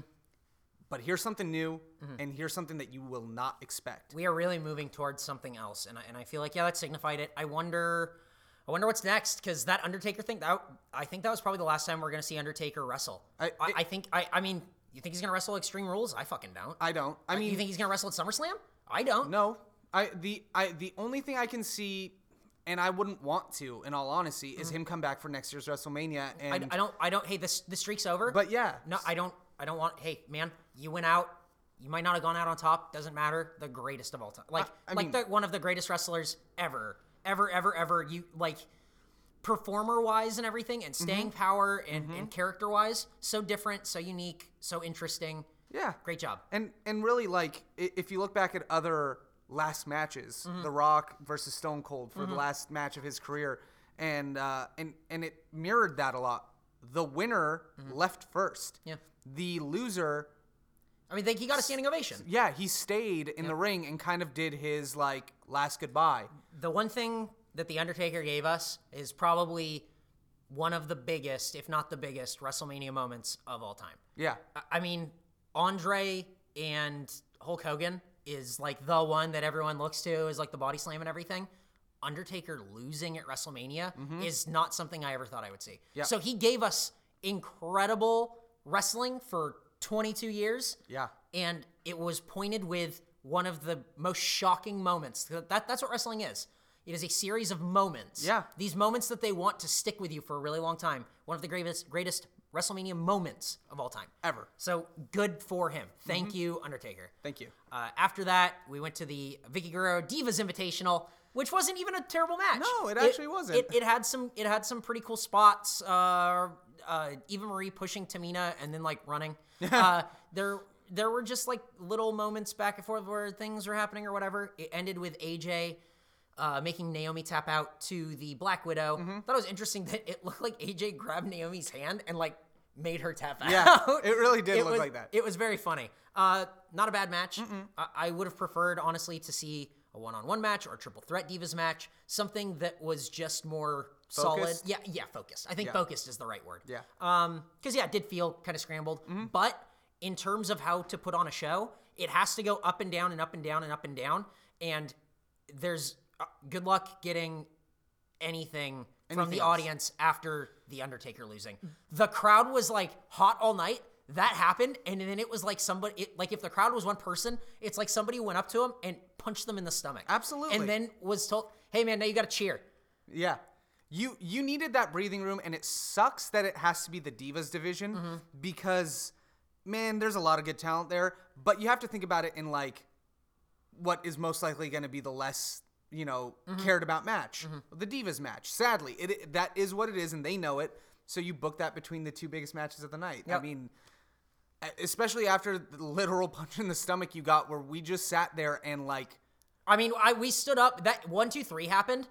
Speaker 2: But here's something new, and here's something that you will not expect.
Speaker 1: We are really moving towards something else, and I, and I feel like yeah, that signified it. I wonder, I wonder what's next because that Undertaker thing. That I think that was probably the last time we're gonna see Undertaker wrestle. I, I, think I, I mean, you think he's gonna wrestle Extreme Rules? I fucking don't.
Speaker 2: I don't. I mean,
Speaker 1: you think he's gonna wrestle at SummerSlam? I don't.
Speaker 2: No, I the I the only thing I can see, and I wouldn't want to, in all honesty, is him come back for next year's WrestleMania.
Speaker 1: Mm-hmm. I,
Speaker 2: And
Speaker 1: I don't. I don't. Hey, this the streak's over.
Speaker 2: but yeah,
Speaker 1: no, I don't. I don't want. Hey, man, you went out. You might not have gone out on top. Doesn't matter. The greatest of all time, like
Speaker 2: I
Speaker 1: like
Speaker 2: mean-
Speaker 1: the, one of the greatest wrestlers ever, ever, ever, ever. You like performer wise and everything,
Speaker 2: Mm-hmm.
Speaker 1: and staying power and, and character wise, so different, so unique, so interesting.
Speaker 2: Yeah.
Speaker 1: Great job.
Speaker 2: And and really like i- if you look back at other last matches,
Speaker 1: Mm-hmm.
Speaker 2: The Rock versus Stone Cold for the last match of his career, and uh, and and it mirrored that a lot. The winner left first.
Speaker 1: Mm-hmm. Yeah.
Speaker 2: The loser,
Speaker 1: I mean, they, he got a standing ovation.
Speaker 2: yeah, he stayed in the ring and kind of did his like last goodbye.
Speaker 1: The one thing that The Undertaker gave us is probably one of the biggest, if not the biggest, WrestleMania moments of all time.
Speaker 2: Yeah.
Speaker 1: I- I mean, Andre and Hulk Hogan is like the one that everyone looks to is like the body slam and everything. Undertaker losing at WrestleMania is not something I ever thought I would see. So he gave us incredible wrestling for 22 years.
Speaker 2: Yeah.
Speaker 1: And it was pointed with one of the most shocking moments. That, that- that's what wrestling is. It is a series of moments.
Speaker 2: Yeah.
Speaker 1: These moments that they want to stick with you for a really long time. One of the greatest greatest WrestleMania moments of all time.
Speaker 2: Ever. Mm-hmm.
Speaker 1: So good for him. Thank you, Undertaker.
Speaker 2: Thank you.
Speaker 1: Uh, after that, we went to the Vicky Guerrero Divas Invitational, which wasn't even a terrible match.
Speaker 2: No, it actually wasn't.
Speaker 1: It, it had some it had some pretty cool spots. Uh, uh, Eva Marie pushing Tamina and then like
Speaker 2: *laughs*
Speaker 1: running. uh, there there were just like little moments back and forth where things were happening or whatever. It ended with AJ. Uh, making Naomi tap out to the Black Widow.
Speaker 2: Mm-hmm.
Speaker 1: Thought it was interesting that it looked like AJ grabbed Naomi's hand and like made her tap
Speaker 2: Yeah,
Speaker 1: *laughs* out.
Speaker 2: it really did look
Speaker 1: was-
Speaker 2: like that.
Speaker 1: it was very funny. Uh, not a bad match. I, I would have preferred, honestly, to see a one-on-one match or a triple threat divas match, something that was just more solid.
Speaker 2: Focused?
Speaker 1: Yeah, yeah, focused. I think focused is the right word.
Speaker 2: Yeah.
Speaker 1: Um, because yeah, it did feel kind of scrambled,
Speaker 2: Mm-hmm.
Speaker 1: but in terms of how to put on a show, it has to go up and down and up and down and up and down, and there's uh, good luck getting anything from the
Speaker 2: Anything else.
Speaker 1: audience after the Undertaker losing. The crowd was like hot all night. That happened, and then it was like somebody, it, like if the crowd was one person, it's like somebody went up to him and punched them in the stomach.
Speaker 2: Absolutely.
Speaker 1: And then was told, "Hey man, now you got to cheer."
Speaker 2: Yeah. You you needed that breathing room and it sucks that it has to be the Divas division
Speaker 1: Mm-hmm.
Speaker 2: because man, there's a lot of good talent there, but you have to think about it in like what is most likely going to be the less, you know,
Speaker 1: Mm-hmm.
Speaker 2: cared about match, the Divas match. Sadly, it, it- that is what it is and they know it. So you book that between the two biggest matches of the night. I
Speaker 1: Yep.
Speaker 2: mean, e- especially after the literal *laughs* punch in the stomach you got where we just sat there and like
Speaker 1: I mean, I we stood up. That one, two, three happened,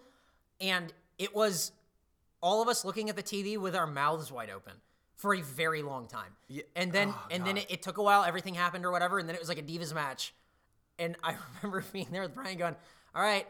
Speaker 1: and it was all of us looking at the TV with our mouths wide open for a very long time. And then, and then it, it took a while. Everything happened or whatever, and then it was like a divas match. And I *laughs* remember being there with Brian, going, "All right,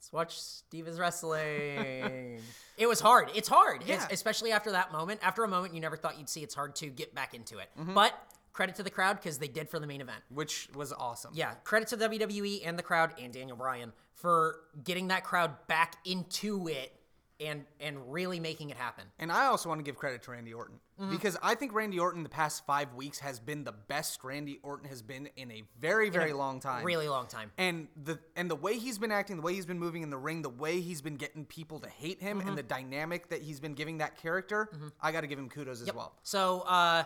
Speaker 1: let's watch divas wrestling." it was hard. It's hard, It's-
Speaker 2: Yeah.
Speaker 1: especially after that moment. After a moment you never thought you'd see, it's hard to get back into it. But credit to the crowd because they did for the main event.
Speaker 2: which was awesome.
Speaker 1: Yeah, credit to WWE and the crowd and Daniel Bryan for getting that crowd back into it and and really making it happen.
Speaker 2: And I also want to give credit to Randy Orton
Speaker 1: Mm-hmm.
Speaker 2: because I think Randy Orton the past five weeks has been the best Randy Orton has been in a very, very long time.
Speaker 1: Really long time.
Speaker 2: And the and the way he's been acting, the way he's been moving in the ring, the way he's been getting people to hate him,
Speaker 1: Mm-hmm.
Speaker 2: and the dynamic that he's been giving that character, I got to give him kudos as well.
Speaker 1: So uh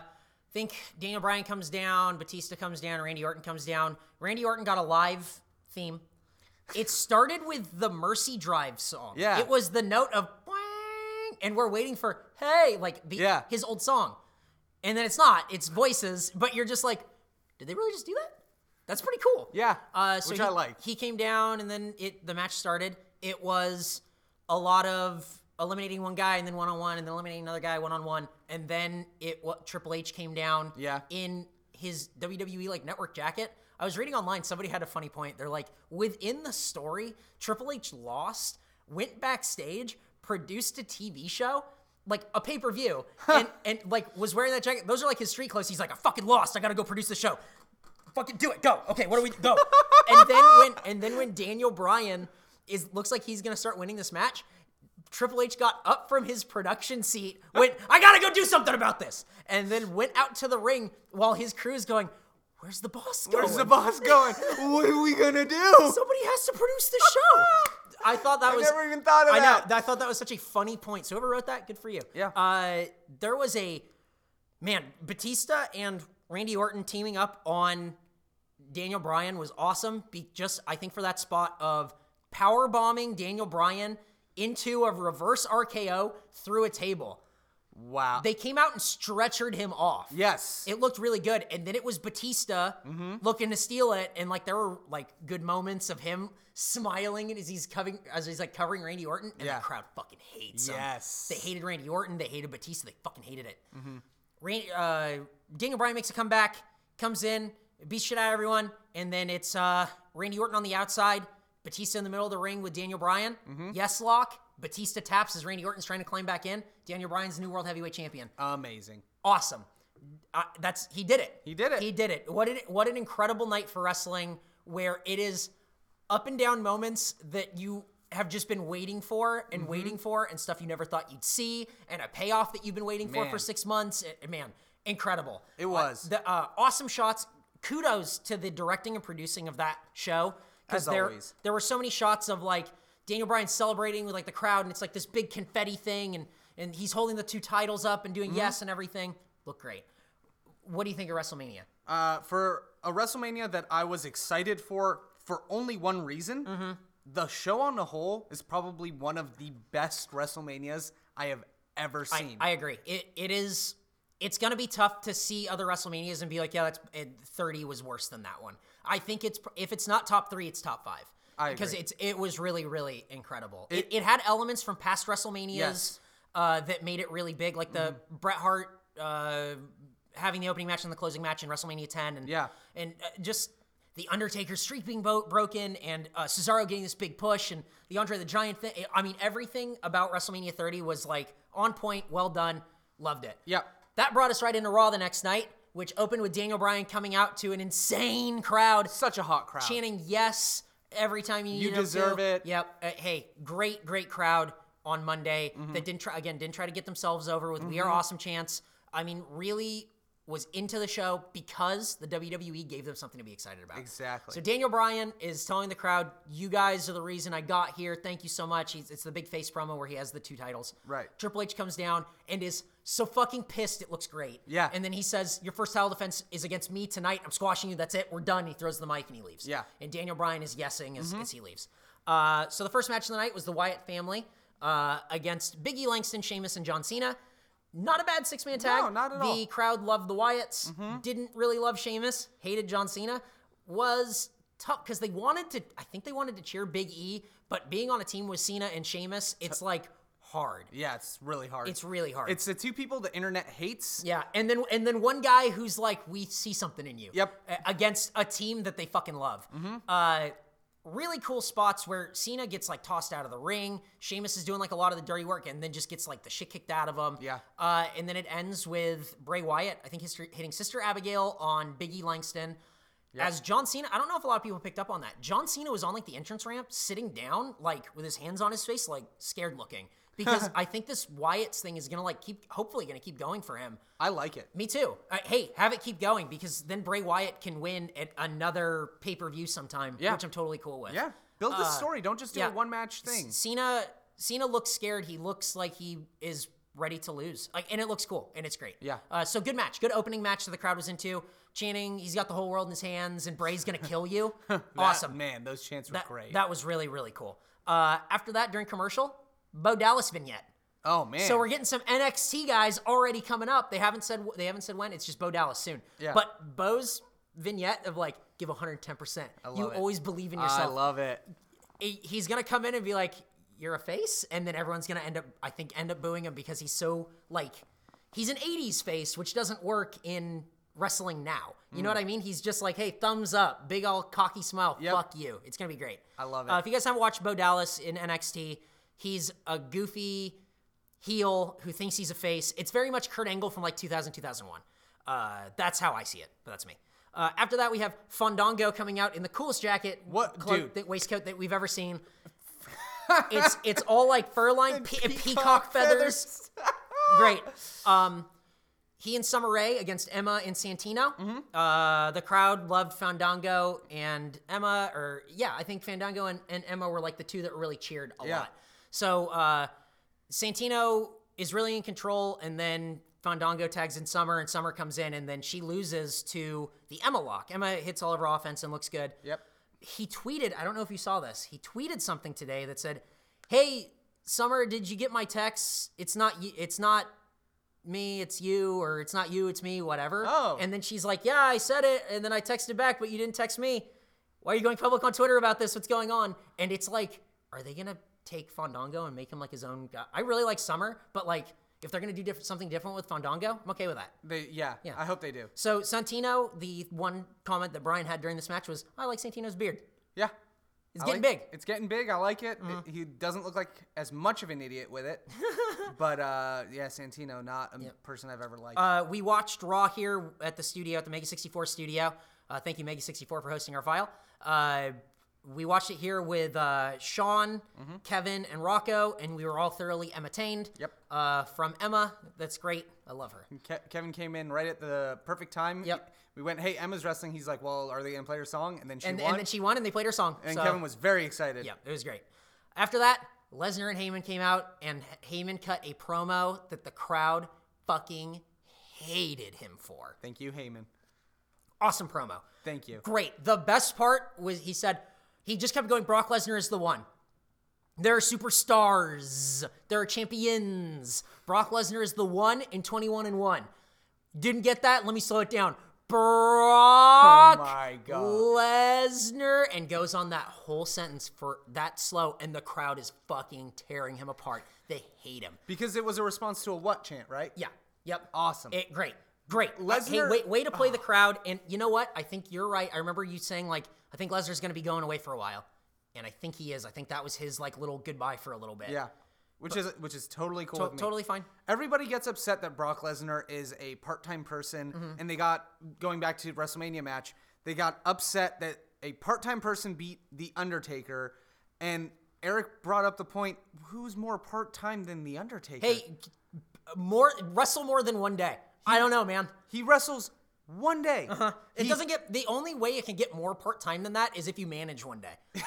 Speaker 1: think Daniel Bryan comes down, Batista comes down, Randy Orton comes down. Randy Orton got a live theme. It started with the Mercy Drive song.
Speaker 2: Yeah.
Speaker 1: It was the note of "Boing," and we're waiting for hey, like the
Speaker 2: Yeah.
Speaker 1: his old song. And then it's not, it's voices, but you're just like, did they really just do that? That's pretty cool.
Speaker 2: Yeah,
Speaker 1: Uh, so
Speaker 2: which
Speaker 1: he,
Speaker 2: I like.
Speaker 1: He came down, and then it the match started. It was a lot of eliminating one guy, and then one on one, and then eliminating another guy one on one, and then it what Triple H came down.
Speaker 2: Yeah.
Speaker 1: In his WWE like network jacket, I was reading online. Somebody had a funny point. They're like, within the story, Triple H lost, went backstage, produced a TV show. Like a pay per view, and, and like was wearing that jacket. Those are like his street clothes. He's like, I fucking lost. I gotta go produce the show fucking do it. Go. Okay, what do we go? and then when and then when Daniel Bryan is looks like he's gonna start winning this match, Triple H got up from his production seat, went, I gotta go do something about this, and then went out to the ring while his crew is going, Where's the boss going?
Speaker 2: Where's the
Speaker 1: *laughs*
Speaker 2: boss going? what are we gonna do?
Speaker 1: Somebody has to produce the show. *laughs* I thought that
Speaker 2: I
Speaker 1: was
Speaker 2: never even thought of
Speaker 1: I
Speaker 2: that.
Speaker 1: know. I thought that was such a funny point. So whoever wrote that, good for you.
Speaker 2: Yeah.
Speaker 1: Uh, there was a man Batista and Randy Orton teaming up on Daniel Bryan was awesome. Be just I think for that spot of power bombing Daniel Bryan into a reverse RKO through a table.
Speaker 2: Wow.
Speaker 1: They came out and stretchered him off.
Speaker 2: yes. Mm-hmm.
Speaker 1: It looked really good. And then it was Batista looking to steal it. And like there were like good moments of him smiling as he's covering as he's like covering Randy Orton. And
Speaker 2: Yeah.
Speaker 1: the crowd fucking hates him.
Speaker 2: Yes. Mm-hmm.
Speaker 1: They hated Randy Orton, they hated Batista, they fucking hated it. Randy, uh, Daniel Bryan makes a comeback, comes in, beats shit out of everyone, and then it's uh, Randy Orton on the outside, Batista in the middle of the ring with Daniel Bryan.
Speaker 2: Mm-hmm.
Speaker 1: Yes, lock. Batista taps as Randy Orton's trying to climb back in. Daniel Bryan's new world heavyweight champion
Speaker 2: Amazing.
Speaker 1: awesome. Uh, that's he did it.
Speaker 2: He did it.
Speaker 1: He did it. What an what an incredible night for wrestling, where it is up and down moments that you have just been waiting for
Speaker 2: Mm-hmm.
Speaker 1: and waiting for, and stuff you never thought you'd see, and a payoff that you've been waiting for for
Speaker 2: Man.
Speaker 1: six months. Uh, man, incredible.
Speaker 2: It was.
Speaker 1: the uh, awesome shots. Kudos to the directing and producing of that show.
Speaker 2: As
Speaker 1: there,
Speaker 2: always.
Speaker 1: there were so many shots of like Daniel Bryan celebrating with like the crowd, and it's like this big confetti thing, and and he's holding the two titles up and doing yes and everything. Look great. What do you think of WrestleMania?
Speaker 2: Uh, for a WrestleMania that I was excited for for only one reason,
Speaker 1: Mm-hmm.
Speaker 2: the show on the whole is probably one of the best WrestleManias I have ever seen.
Speaker 1: I agree. It it is. It's gonna be tough to see other WrestleManias and be like, yeah, that's eh, thirty was worse than that one. I think it's pr- if it's not top three, it's top five.
Speaker 2: I
Speaker 1: because
Speaker 2: agree.
Speaker 1: it's it was really really incredible. It, it, had elements from past WrestleManias
Speaker 2: Yes. Mm-hmm.
Speaker 1: uh, that made it really big, like the Bret Hart uh, having the opening match and the closing match in WrestleMania ten, and
Speaker 2: Yeah.
Speaker 1: and uh, just the Undertaker's streak being bo- broken, and uh, Cesaro getting this big push, and the Andre the Giant thing. I mean, everything about WrestleMania 30 was like on point, well done, loved it.
Speaker 2: Yeah.
Speaker 1: that brought us right into Raw the next night, which opened with Daniel Bryan coming out to an insane crowd,
Speaker 2: Such a hot crowd.
Speaker 1: chanting "Yes" every time you needed him
Speaker 2: deserve
Speaker 1: to.
Speaker 2: it.
Speaker 1: Yep. Uh, hey, great, great crowd on Monday
Speaker 2: Mm-hmm.
Speaker 1: that didn't try again, didn't try to get themselves over with "We Are Awesome" chants. I mean, really was into the show because the WWE gave them something to be excited about.
Speaker 2: Exactly.
Speaker 1: So Daniel Bryan is telling the crowd, "You guys are the reason I got here. Thank you so much." He's, it's the big face promo where he has the two titles.
Speaker 2: Right.
Speaker 1: Triple H comes down and is so fucking pissed. It looks great.
Speaker 2: Yeah.
Speaker 1: And then he says, "Your first title defense is against me tonight. I'm squashing you. That's it. We're done." He throws the mic and he leaves.
Speaker 2: Yeah. Mm-hmm.
Speaker 1: And Daniel Bryan is yesing as, as he leaves. Uh, so the first match of the night was the Wyatt family uh, against Biggie Langston, Sheamus, and John Cena. Not a bad six man tag.
Speaker 2: No, not at
Speaker 1: the
Speaker 2: all. Mm-hmm.
Speaker 1: crowd loved the Wyatts. Didn't really love Sheamus. Hated John Cena. Was tough because they wanted to. I think they wanted to cheer Big E, but being on a team with Cena and Sheamus, it's like hard.
Speaker 2: yeah, it's really hard.
Speaker 1: It's really hard.
Speaker 2: It's the two people the internet hates.
Speaker 1: Yeah, and then and then one guy who's like, "We see something in you."
Speaker 2: Yep. Mm-hmm.
Speaker 1: A- Against a team that they fucking love. Uh, really cool spots where Cena gets like tossed out of the ring. Sheamus is doing like a lot of the dirty work, and then just gets like the shit kicked out of him.
Speaker 2: Yeah.
Speaker 1: Uh, and then it ends with Bray Wyatt. I think he's hitting Sister Abigail on Biggie Langston. As John Cena, I don't know if a lot of people picked up on that. John Cena was on like the entrance ramp, sitting down, like with his hands on his face, like scared looking,
Speaker 2: *laughs*
Speaker 1: because I think this Wyatt's thing is gonna like keep, hopefully, gonna keep going for him.
Speaker 2: I like it.
Speaker 1: Me too. Uh, hey, have it keep going because then Bray Wyatt can win at another pay per view sometime,
Speaker 2: Yeah.
Speaker 1: which I'm totally cool with.
Speaker 2: Yeah. Build the story. Don't just do
Speaker 1: Uh, yeah.
Speaker 2: a one match thing.
Speaker 1: Cena Cena looks scared. He looks like he is ready to lose. Like, and it looks cool and it's great.
Speaker 2: Yeah.
Speaker 1: Uh, so good match. Good opening match that the crowd was into. Channing, he's got the whole world in his hands, and Bray's gonna kill you. awesome.
Speaker 2: *laughs* That- man, those chants were
Speaker 1: That,
Speaker 2: great.
Speaker 1: that was really really cool. Uh, after that, during commercial, Bo Dallas vignette.
Speaker 2: oh man.
Speaker 1: So we're getting some NXT guys already coming up. They haven't said they haven't said when. It's just Bo Dallas soon.
Speaker 2: Yeah.
Speaker 1: But Bo's vignette of like give 110%. You
Speaker 2: love it.
Speaker 1: always believe in
Speaker 2: I
Speaker 1: yourself.
Speaker 2: love it.
Speaker 1: He- He's going to come in and be like you're a face and then everyone's going to end up I think end up booing him because he's so like he's an 80s face which doesn't work in wrestling now. You know what I mean? He's just like, "Hey, thumbs up, big old cocky smile.
Speaker 2: Mm. Yep.
Speaker 1: Fuck you." It's going to be great.
Speaker 2: I love
Speaker 1: Uh,
Speaker 2: it.
Speaker 1: if you guys haven't watched Bo Dallas in NXT, he's a goofy heel who thinks he's a face. It's very much Kurt Angle from like 2000, 2001. Uh, that's how I see it, but that's me. Uh, after that, we have Fandango coming out in the coolest jacket,
Speaker 2: What-
Speaker 1: cloak,
Speaker 2: dude.
Speaker 1: that waistcoat that we've ever
Speaker 2: *laughs*
Speaker 1: seen. it's it's all like fur lined pe- peacock,
Speaker 2: peacock
Speaker 1: feathers.
Speaker 2: *laughs*
Speaker 1: Great. Um, he and Summer Rae against Emma and Santino.
Speaker 2: Mm-hmm.
Speaker 1: Uh, the crowd loved Fandango and Emma, or yeah, I think Fandango and, and Emma were like the two that really cheered a
Speaker 2: Yeah.
Speaker 1: lot. So uh, Santino is really in control, and then Fandango tags in Summer, and Summer comes in, and then she loses to the Emma lock. Emma hits all of her offense and looks good.
Speaker 2: Yep.
Speaker 1: He tweeted, I don't know if you saw this, he tweeted something today that said, Hey, Summer, did you get my text? It's not, y- it's not me, it's you, or it's not you, it's me, whatever.
Speaker 2: Oh.
Speaker 1: And then she's like, Yeah, I said it, and then I texted back, but you didn't text me. Why are you going public on Twitter about this? What's going on? And it's like, are they gonna take Fandango and make him like his own guy? I really like Summer, but like if they're gonna do different, something different with Fandango, I'm okay with that.
Speaker 2: They, yeah,
Speaker 1: Yeah.
Speaker 2: I hope they do.
Speaker 1: So Santino, the one comment that Brian had during this match was, I like Santino's beard.
Speaker 2: Yeah.
Speaker 1: It's
Speaker 2: I
Speaker 1: getting
Speaker 2: like-
Speaker 1: big. Mm.
Speaker 2: It's getting big. I like it. It- He doesn't look like as much of an idiot
Speaker 1: *laughs*
Speaker 2: with it. but uh, yeah, Santino, not a person I've ever liked.
Speaker 1: Uh, we watched Raw here at the studio, at the Mega 64 studio. Uh, thank you, Mega 64, for hosting our file. Uh, we watched it here with uh, Sean, Kevin, and Rocco, and we were all thoroughly entertained.
Speaker 2: Mm-hmm. Yep.
Speaker 1: Uh, from Emma, that's great. I love her.
Speaker 2: Ke- Kevin came in right at the perfect time.
Speaker 1: Yep.
Speaker 2: We went, hey, Emma's wrestling. He's like, well, are they going to play her song? And then she
Speaker 1: and,
Speaker 2: won.
Speaker 1: and then she won, and they played her song.
Speaker 2: and
Speaker 1: so-
Speaker 2: Kevin was very excited.
Speaker 1: yeah, it was great. After that, Lesnar and Heyman came out, and Heyman cut a promo that the crowd fucking hated him for.
Speaker 2: Thank you, Heyman.
Speaker 1: Awesome promo.
Speaker 2: Thank you.
Speaker 1: Great. The best part was he said he just kept going. Brock Lesnar is the one. There are superstars. There are champions. Brock Lesnar is the one in 21 and 1. Didn't get that? Let me slow it down. Brock
Speaker 2: Oh my God.
Speaker 1: Lesnar and goes on that whole sentence for that slow and the crowd is fucking tearing him apart. They hate him.
Speaker 2: Because it was a response to a what chant, right?
Speaker 1: Yeah. Yep.
Speaker 2: Awesome.
Speaker 1: It, Eh, great. Great. Lesnar. Hey,
Speaker 2: Lesnar- Ah.
Speaker 1: wait, way to play the crowd. And you know what? I think you're right. I remember you saying like, I think Lesnar's going to be going away for a while, and I think he is. I think that was his like little goodbye for a little bit.
Speaker 2: yeah. Which is which is totally cool.
Speaker 1: To-
Speaker 2: with me.
Speaker 1: totally fine.
Speaker 2: Everybody gets upset that Brock Lesnar is a part-time person, and they got going back to WrestleMania match. They got upset that a part-time person beat the Undertaker, and Eric brought up the point: who's more part-time than the Undertaker?
Speaker 1: Hey, g- more wrestle more than one day. I don't know, man.
Speaker 2: he wrestles one day.
Speaker 1: It doesn't get the only way it can get more part time than that is if you manage one
Speaker 2: *laughs*
Speaker 1: day.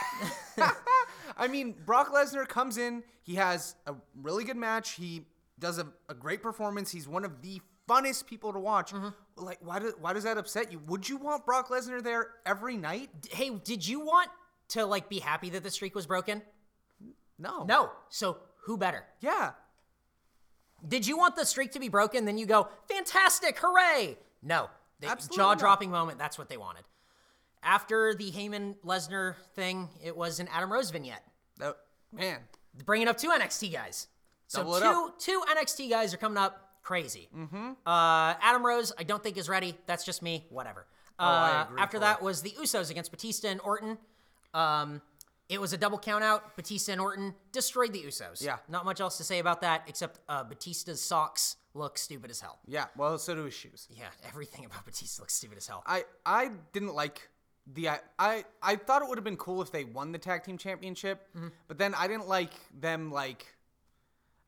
Speaker 2: I mean, Brock Lesnar comes in. He has a really good match. He does a, a great performance. He's one of the funnest people to watch. Like, why, do, why does that upset you? Would you want Brock Lesnar there every night?
Speaker 1: D- Hey, did you want to like be happy that the streak was broken?
Speaker 2: No.
Speaker 1: No. So who better?
Speaker 2: Yeah.
Speaker 1: Did you want the streak to be broken? Then you go, fantastic, hooray! No, They-
Speaker 2: Absolutely
Speaker 1: jaw-dropping moment. That's what they wanted. After the Heyman Lesnar thing, it was an Adam Rose vignette,
Speaker 2: Oh, man.
Speaker 1: bringing up two NXT guys. So
Speaker 2: Double it
Speaker 1: two two NXT guys are coming up, crazy. Mm-hmm. Uh, Adam Rose, I don't think is ready. That's just me. Whatever.
Speaker 2: Oh, I
Speaker 1: Uh,
Speaker 2: agree
Speaker 1: after
Speaker 2: fully.
Speaker 1: that was the Usos against Batista and Orton. Um, it was a double count out. Batista and Orton destroyed the Usos.
Speaker 2: Yeah.
Speaker 1: Not much else to say about that except uh, Batista's socks look stupid as hell.
Speaker 2: Yeah. Well, so do his shoes.
Speaker 1: Yeah, *laughs* everything about Batista looks stupid as hell.
Speaker 2: I I didn't like the I I, I thought it would have been cool if they won the tag team championship, but then I didn't like them like.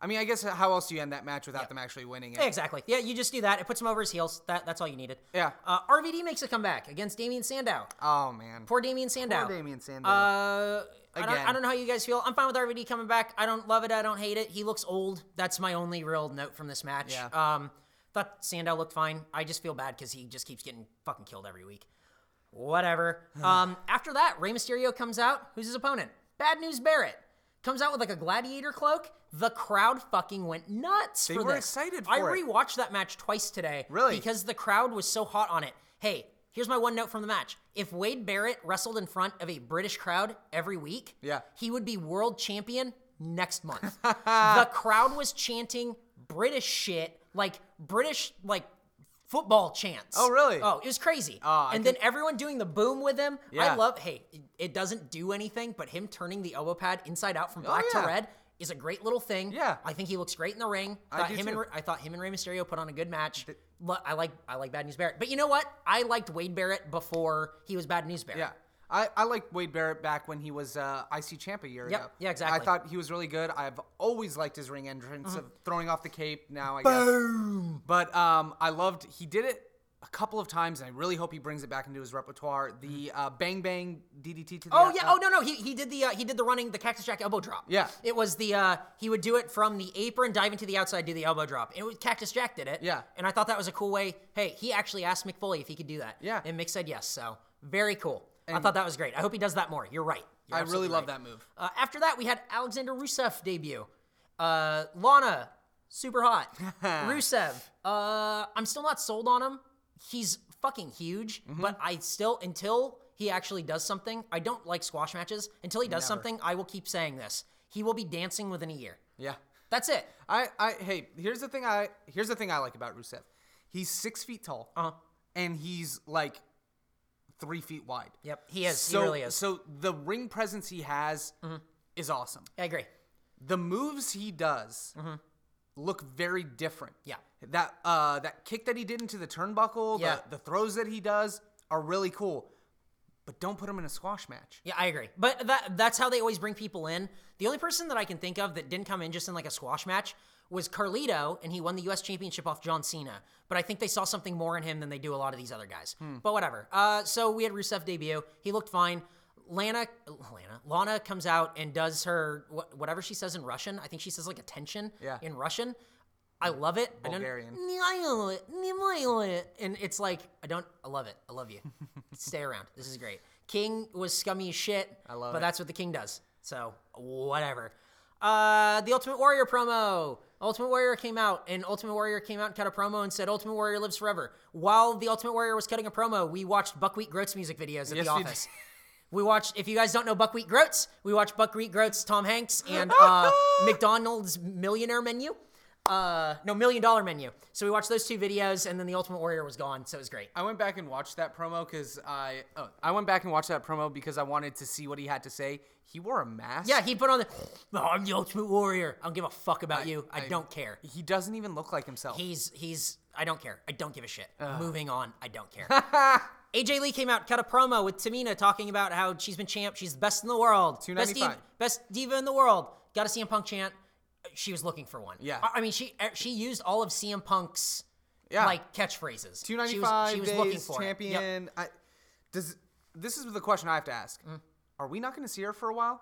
Speaker 2: I mean, I guess how else do you end that match without them actually winning it?
Speaker 1: Yeah, exactly. Yeah, you just do that. It puts him over his heels. That, that's all you needed.
Speaker 2: Yeah.
Speaker 1: Uh, RVD makes a comeback against Damian Sandow.
Speaker 2: Oh man. Oh.
Speaker 1: Poor Damian Sandow.
Speaker 2: Damian Sandow.
Speaker 1: Uh, I don't,
Speaker 2: Again.
Speaker 1: I don't know how you guys feel. I'm fine with RVD coming back. I don't love it. I don't hate it. He looks old. That's my only real note from this match.
Speaker 2: Yeah.
Speaker 1: Um, thought Sandow looked fine. I just feel bad because he just keeps getting fucking killed every week.
Speaker 2: *sighs*
Speaker 1: Whatever. um, after that, Rey Mysterio comes out. Who's his opponent? Bad News Barrett comes out with like a gladiator cloak. The crowd fucking went nuts. They for
Speaker 2: were
Speaker 1: this.
Speaker 2: excited
Speaker 1: I
Speaker 2: for it.
Speaker 1: rewatched that match twice today.
Speaker 2: Really?
Speaker 1: Because the crowd was so hot on it. Hey, here's my one note from the match. If Wade Barrett wrestled in front of a British crowd every week,
Speaker 2: Yeah.
Speaker 1: he would be world champion next month.
Speaker 2: *laughs*
Speaker 1: the crowd was chanting British shit, like British like football chants.
Speaker 2: Oh, really? Ah,
Speaker 1: Oh, it was crazy. and then everyone doing the boom with him. I
Speaker 2: Yeah.
Speaker 1: love hey, it, it doesn't do anything, but him turning the elbow pad inside out from black to
Speaker 2: Oh, yeah.
Speaker 1: red is a great little thing.
Speaker 2: Yeah.
Speaker 1: I think he looks great in the ring. Thought
Speaker 2: do
Speaker 1: him and
Speaker 2: too.
Speaker 1: Re- I thought him and Rey Mysterio put on a good match. Lo- I like I like Bad News Barrett, but you know what? I liked Wade Barrett before he was Bad News Barrett.
Speaker 2: Yeah. I, I liked Wade Barrett back when he was uh, IC champ a year
Speaker 1: Yep.
Speaker 2: ago.
Speaker 1: Yeah, exactly. Mm-hmm.
Speaker 2: I thought he was really good. I've always liked his ring entrance of throwing off the cape. Now I guess. Boom. But um, I loved he did it a couple of times, and I really hope he brings it back into his repertoire. The uh, bang bang DDT to the
Speaker 1: Mm-hmm. Oh yeah.
Speaker 2: uh,
Speaker 1: oh no no. He, he did the uh, he did the running the cactus jack elbow drop.
Speaker 2: Yeah.
Speaker 1: It was the uh, he would do it from the apron, dive into the outside, do the elbow drop. It was cactus jack did it.
Speaker 2: Yeah.
Speaker 1: And I thought that was a cool way. Hey, he actually asked Mick Foley if he could do that.
Speaker 2: Yeah.
Speaker 1: And Mick said yes. So very cool. I thought that was great. I hope he does that more. You're right. You're
Speaker 2: I
Speaker 1: absolutely
Speaker 2: really love
Speaker 1: right.
Speaker 2: that move.
Speaker 1: Uh, after that, we had Alexander Rusev debut. Uh, Lana, super hot. Rusev, uh, I'm still not sold on him. He's fucking huge, but I still, until he actually does something, I don't like squash matches. Until he does something, I will keep saying this. He will be dancing within a year.
Speaker 2: Yeah.
Speaker 1: That's it.
Speaker 2: I, I hey, here's the thing I here's the thing I like about Rusev. He's six feet tall.
Speaker 1: Uh-huh.
Speaker 2: And he's like three feet wide.
Speaker 1: Yep, he is.
Speaker 2: So,
Speaker 1: he really is. Mm-hmm.
Speaker 2: So the ring presence he has is awesome.
Speaker 1: I agree.
Speaker 2: The moves he does look very different.
Speaker 1: Mm-hmm. Yeah.
Speaker 2: That uh that kick that he did into the turnbuckle,
Speaker 1: Yeah.
Speaker 2: the, the throws that he does are really cool. But don't put him in a squash match.
Speaker 1: Yeah, I agree. But that that's how they always bring people in. The only person that I can think of that didn't come in just in like a squash match was Carlito, and he won the U.S. Championship off John Cena. But I think they saw something more in him than they do a lot of these other guys. But whatever. Uh, so we had Rusev debut. He looked fine. Lana, Lana, Lana comes out and does her wh- whatever she says in Russian. I think she says like attention
Speaker 2: Yeah.
Speaker 1: in Russian. I love it. I don't-
Speaker 2: Bulgarian.
Speaker 1: and it's like I don't. I love it. I love
Speaker 2: *laughs*
Speaker 1: you. Stay around. This is great. King was scummy as shit. I
Speaker 2: love
Speaker 1: but
Speaker 2: it.
Speaker 1: that's what the king does. So whatever. Uh, the Ultimate Warrior promo. Ultimate Warrior came out, and Ultimate Warrior came out and cut a promo and said, "Ultimate Warrior lives forever." While the Ultimate Warrior was cutting a promo, we watched Buckwheat Groats music videos at the
Speaker 2: Yes, we
Speaker 1: office. We watched, if you guys don't know Buckwheat Groats, we watched Buckwheat Groats, Tom Hanks, and *laughs* uh, McDonald's Millionaire Menu. Uh, no, Million Dollar Menu. So we watched those two videos, and then The Ultimate Warrior was gone, so it was great.
Speaker 2: I went back and watched that promo because I oh, I went back and watched that promo because I wanted to see what he had to say. He wore a mask.
Speaker 1: Yeah, he put on the, oh, I'm the Ultimate Warrior. I don't give a fuck about you. I,
Speaker 2: I-
Speaker 1: don't care.
Speaker 2: he doesn't even look like himself.
Speaker 1: He's, he's, I don't care. I don't give a shit. Moving on, I don't
Speaker 2: *laughs*
Speaker 1: care. AJ Lee came out, cut a promo with Tamina talking about how she's been champ. She's the best in the world. Best,
Speaker 2: 295.
Speaker 1: diva, best diva in the world. Got a CM Punk chant. She was looking for one.
Speaker 2: Yeah.
Speaker 1: I, I mean, she eh, she used all of CM Punk's
Speaker 2: Yeah.
Speaker 1: like catchphrases. She was-
Speaker 2: Two ninety five.
Speaker 1: She was, looking for it. Yep.
Speaker 2: champion. I, does this is the question I have to ask?
Speaker 1: Mm.
Speaker 2: Are we not going to see her for a while?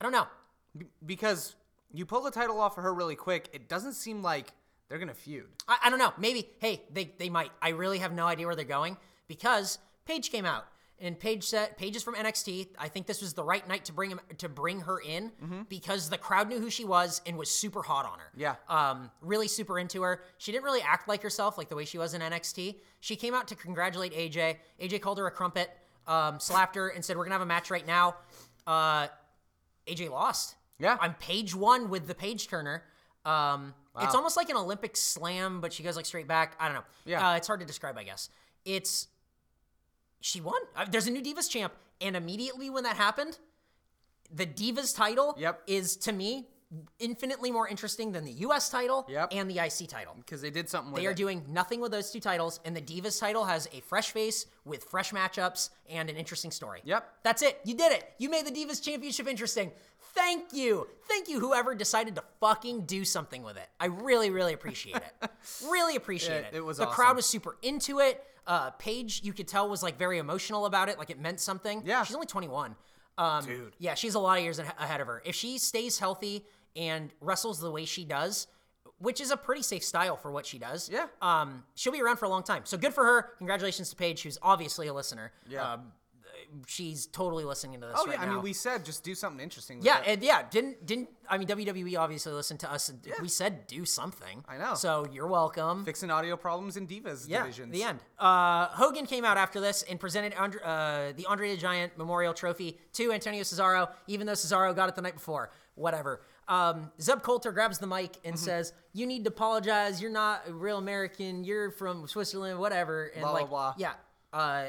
Speaker 1: I don't know.
Speaker 2: Be- because you pull the title off of her really quick. It doesn't seem like they're going to feud.
Speaker 1: I, I don't know. Maybe. Hey, they they might. I really have no idea where they're going because Paige came out and Paige said Paige is from NXT. I think this was the right night to bring him to bring her in because the crowd knew who she was and was super hot on her.
Speaker 2: Mm-hmm. Yeah.
Speaker 1: Um, really super into her. She didn't really act like herself like the way she was in NXT. She came out to congratulate AJ. AJ called her a crumpet, um, slapped her, and said, "We're gonna have a match right now." Uh, AJ lost.
Speaker 2: Yeah.
Speaker 1: I'm page one with the page turner. Um, It's
Speaker 2: Wow.
Speaker 1: almost like an Olympic slam, but she goes like straight back. I don't know.
Speaker 2: Yeah.
Speaker 1: Uh, it's hard to describe, I guess. It's she won. Uh, There's a new Divas champ, and immediately when that happened, the Divas title
Speaker 2: Yep.
Speaker 1: is to me infinitely more interesting than the US title
Speaker 2: Yep.
Speaker 1: and the IC title.
Speaker 2: Because they did something. With
Speaker 1: They are
Speaker 2: it.
Speaker 1: doing nothing with those two titles, and the Divas title has a fresh face with fresh matchups and an interesting story.
Speaker 2: Yep.
Speaker 1: That's it. You did it. You made the Divas Championship interesting. Thank you. Thank you, whoever decided to fucking do something with it. I really, really appreciate
Speaker 2: *laughs*
Speaker 1: it. really appreciate it.
Speaker 2: It- it was
Speaker 1: the
Speaker 2: awesome.
Speaker 1: crowd was super into it. Uh, Paige, you could tell, was like very emotional about it, like it meant something.
Speaker 2: Yeah.
Speaker 1: She's only 21. Um,
Speaker 2: Dude.
Speaker 1: Yeah, she's a lot of years ahe- ahead of her. If she stays healthy and wrestles the way she does, which is a pretty safe style for what she does.
Speaker 2: Yeah.
Speaker 1: Um, she'll be around for a long time. So good for her. Congratulations to Paige, who's obviously a listener.
Speaker 2: Yeah.
Speaker 1: Um, she's totally listening to this
Speaker 2: Oh
Speaker 1: right
Speaker 2: yeah. I
Speaker 1: now.
Speaker 2: mean, we said just do something interesting. With
Speaker 1: yeah,
Speaker 2: it.
Speaker 1: and yeah, didn't didn't I mean WWE obviously listened to us and we said do something.
Speaker 2: I know.
Speaker 1: So you're welcome.
Speaker 2: fixing audio problems in divas
Speaker 1: yeah,
Speaker 2: divisions.
Speaker 1: the end. Uh, Hogan came out after this and presented Andre, uh, the Andre the Giant Memorial Trophy to Antonio Cesaro, even though Cesaro got it the night before. Whatever. Um, Zeb Coulter grabs the mic and
Speaker 2: Mm-hmm.
Speaker 1: says, "You need to apologize. You're not a real American. You're from Switzerland. Whatever." And
Speaker 2: Blah, blah,
Speaker 1: like,
Speaker 2: blah.
Speaker 1: yeah. Uh,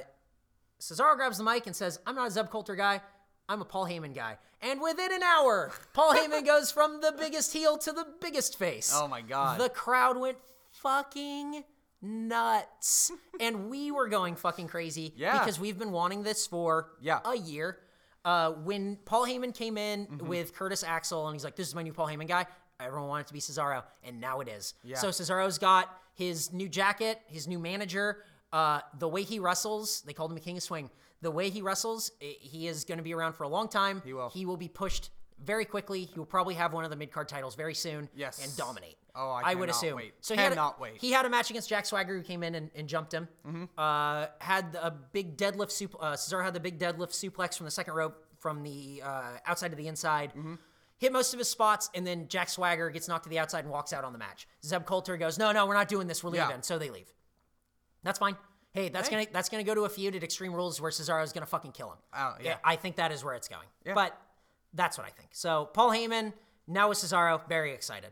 Speaker 1: Cesaro grabs the mic and says, I'm not a Zeb Coulter guy. I'm a Paul Heyman guy. And within an hour,
Speaker 2: *laughs*
Speaker 1: Paul Heyman goes from the biggest heel to the biggest face.
Speaker 2: Oh my God.
Speaker 1: The crowd went fucking nuts. *laughs* and we were going fucking crazy
Speaker 2: Yeah.
Speaker 1: because we've been wanting this for
Speaker 2: Yeah.
Speaker 1: a year. Uh, when Paul Heyman came in
Speaker 2: Mm-hmm.
Speaker 1: with Curtis Axel and he's like, This is my new Paul Heyman guy, everyone wanted it to be Cesaro, and now it is.
Speaker 2: Yeah.
Speaker 1: So Cesaro's got his new jacket, his new manager, Uh, the way he wrestles, they called him a king of swing. The way he wrestles, i he is going to be around for a long time. He
Speaker 2: will.
Speaker 1: He will be pushed very quickly. He will probably have one of the mid card titles very soon.
Speaker 2: Yes.
Speaker 1: And dominate.
Speaker 2: Oh, I
Speaker 1: would
Speaker 2: cannot
Speaker 1: assume.
Speaker 2: wait.
Speaker 1: he had a-
Speaker 2: Cannot wait. Mm-hmm.
Speaker 1: He had a match against Jack Swagger who came in and, and jumped him. Uh, had a big deadlift. Sup- uh, Cesaro had the big deadlift suplex from the second rope from the uh, outside to the inside.
Speaker 2: Mm-hmm.
Speaker 1: Hit most of his spots, and then Jack Swagger gets knocked to the outside and walks out on the match. Zeb Coulter goes, "No, no, we're not doing this. We're
Speaker 2: Yeah.
Speaker 1: leaving." So they leave. That's fine. Hey, that's gonna that's gonna go to a feud at Extreme Rules where Cesaro's gonna fucking kill him.
Speaker 2: Oh, yeah.
Speaker 1: I think that is where it's going. But that's what I think. So Paul Heyman now with Cesaro, very excited.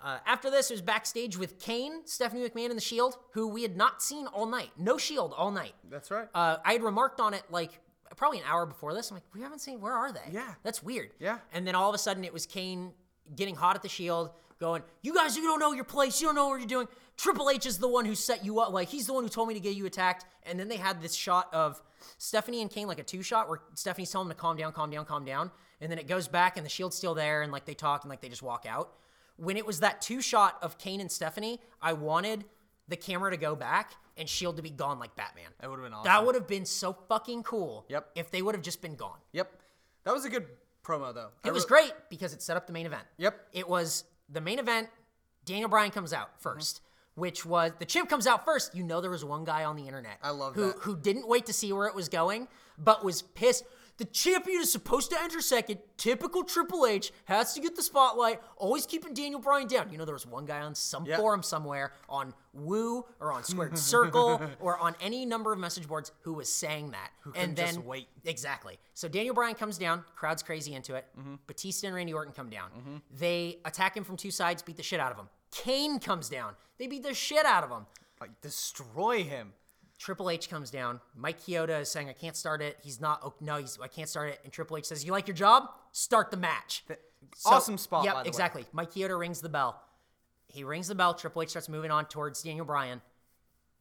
Speaker 1: Uh, after this, it was backstage with Kane, Stephanie McMahon, and the Shield, who we had not seen all night. No Shield all night.
Speaker 2: That's right.
Speaker 1: Uh, I had remarked on it like probably an hour before this. I'm like, we haven't seen. Where are they?
Speaker 2: Yeah.
Speaker 1: that's weird.
Speaker 2: Yeah.
Speaker 1: And then all of a sudden, it was Kane getting hot at the Shield, going, "You guys, you don't know your place. You don't know what you're doing. Triple H is the one who set you up. Like he's the one who told me to get you attacked." And then they had this shot of Stephanie and Kane, like a two shot, where Stephanie's telling him to calm down, calm down, calm down. And then it goes back, and the Shield's still there, and like they talk, and like they just walk out. When it was that two shot of Kane and Stephanie, I wanted the camera to go back and Shield to be gone like Batman.
Speaker 2: that would have been awesome.
Speaker 1: That would have been so fucking cool.
Speaker 2: Yep.
Speaker 1: If they would have just been gone.
Speaker 2: yep. That was a good promo though.
Speaker 1: It was great because it set up the main event.
Speaker 2: Yep.
Speaker 1: It was the main event. Daniel Bryan comes out 1st which was the chimp comes out first. You know there was one guy on the internet I
Speaker 2: love
Speaker 1: who
Speaker 2: that.
Speaker 1: who didn't wait to see where it was going, but was pissed. The champion is supposed to enter second. Typical Triple H has to get the spotlight. Always keeping Daniel Bryan down. You know there was one guy on some
Speaker 2: Yeah.
Speaker 1: forum somewhere on Woo or on Squared
Speaker 2: *laughs*
Speaker 1: Circle or on any number of message boards who was saying that. and
Speaker 2: couldn't
Speaker 1: then
Speaker 2: just wait.
Speaker 1: Exactly. So Daniel Bryan comes down, crowd's crazy into it.
Speaker 2: Mm-hmm.
Speaker 1: Batista and Randy Orton come down. They attack him from two sides, beat the shit out of him. Kane comes down. They beat the shit out of him.
Speaker 2: Like destroy him.
Speaker 1: Triple H comes down. Mike Chioda is saying, "I can't start it." He's not. Oh, no, he's. I can't start it. And Triple H says, "You like your job? Start the match."
Speaker 2: awesome spot,
Speaker 1: Yep,
Speaker 2: by the way.
Speaker 1: exactly. Mike Chioda rings the bell. He rings the bell. Triple H starts moving on towards Daniel Bryan.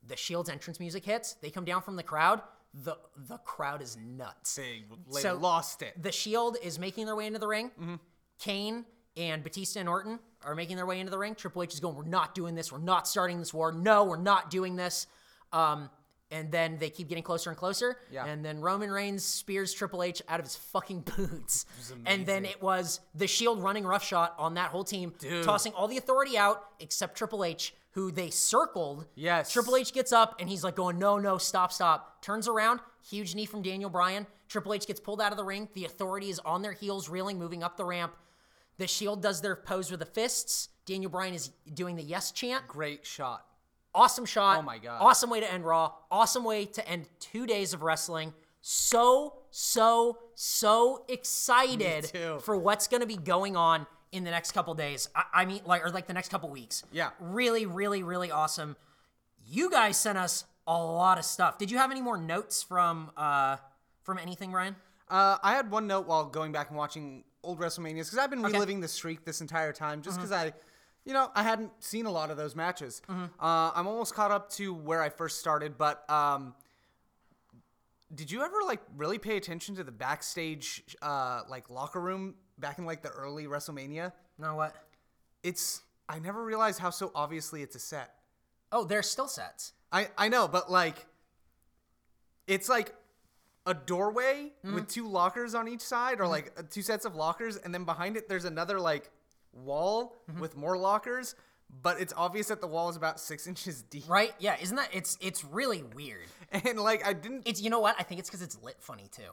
Speaker 1: The Shield's entrance music hits. They come down from the crowd. The the crowd is nuts.
Speaker 2: They
Speaker 1: So-
Speaker 2: lost it.
Speaker 1: The Shield is making their way into the ring.
Speaker 2: Mm-hmm.
Speaker 1: Kane and Batista and Orton are making their way into the ring. Triple H is going, "We're not doing this. We're not starting this war. No, we're not doing this." Um, and then they keep getting closer and closer.
Speaker 2: Yeah.
Speaker 1: And then Roman Reigns spears Triple H out of his fucking *laughs* boots. And then it was the Shield running roughshod on that whole team, tossing all the authority out except Triple H, who they circled.
Speaker 2: Yes.
Speaker 1: Triple H gets up and he's like going, no, no, stop, stop. Turns around, huge knee from Daniel Bryan. Triple H gets pulled out of the ring. The authority is on their heels, reeling, moving up the ramp. The Shield does their pose with the fists. Daniel Bryan is doing the yes chant.
Speaker 2: Great shot.
Speaker 1: Awesome shot.
Speaker 2: Oh my God.
Speaker 1: Awesome way to end Raw. Awesome way to end two days of wrestling. So, so, so excited
Speaker 2: too.
Speaker 1: for what's going to be going on in the next couple days. I, I mean, like, or like the next couple weeks.
Speaker 2: Yeah.
Speaker 1: Really, really, really awesome. You guys sent us a lot of stuff. Did you have any more notes from uh from anything, Ryan?
Speaker 2: Uh, I had one note while going back and watching old WrestleManias because I've been reliving the streak this entire time just because I, you know, I hadn't seen a lot of those matches. Uh, I'm almost caught up to where I first started, but um, did you ever like really pay attention to the backstage uh, like locker room back in like the early WrestleMania?
Speaker 1: No, what?
Speaker 2: It's I never realized how so obviously it's a set.
Speaker 1: Oh, there's still sets.
Speaker 2: I I know, but like, it's like a doorway
Speaker 1: Mm.
Speaker 2: with two lockers on each side, or like uh, two sets of lockers, and then behind it there's another like wall
Speaker 1: Mm-hmm.
Speaker 2: with more lockers. But it's obvious that the wall is about six *laughs* inches deep,
Speaker 1: Right? Yeah, isn't that it's it's really weird.
Speaker 2: and like I didn't.
Speaker 1: It's you know what? I think it's cuz it's lit funny too.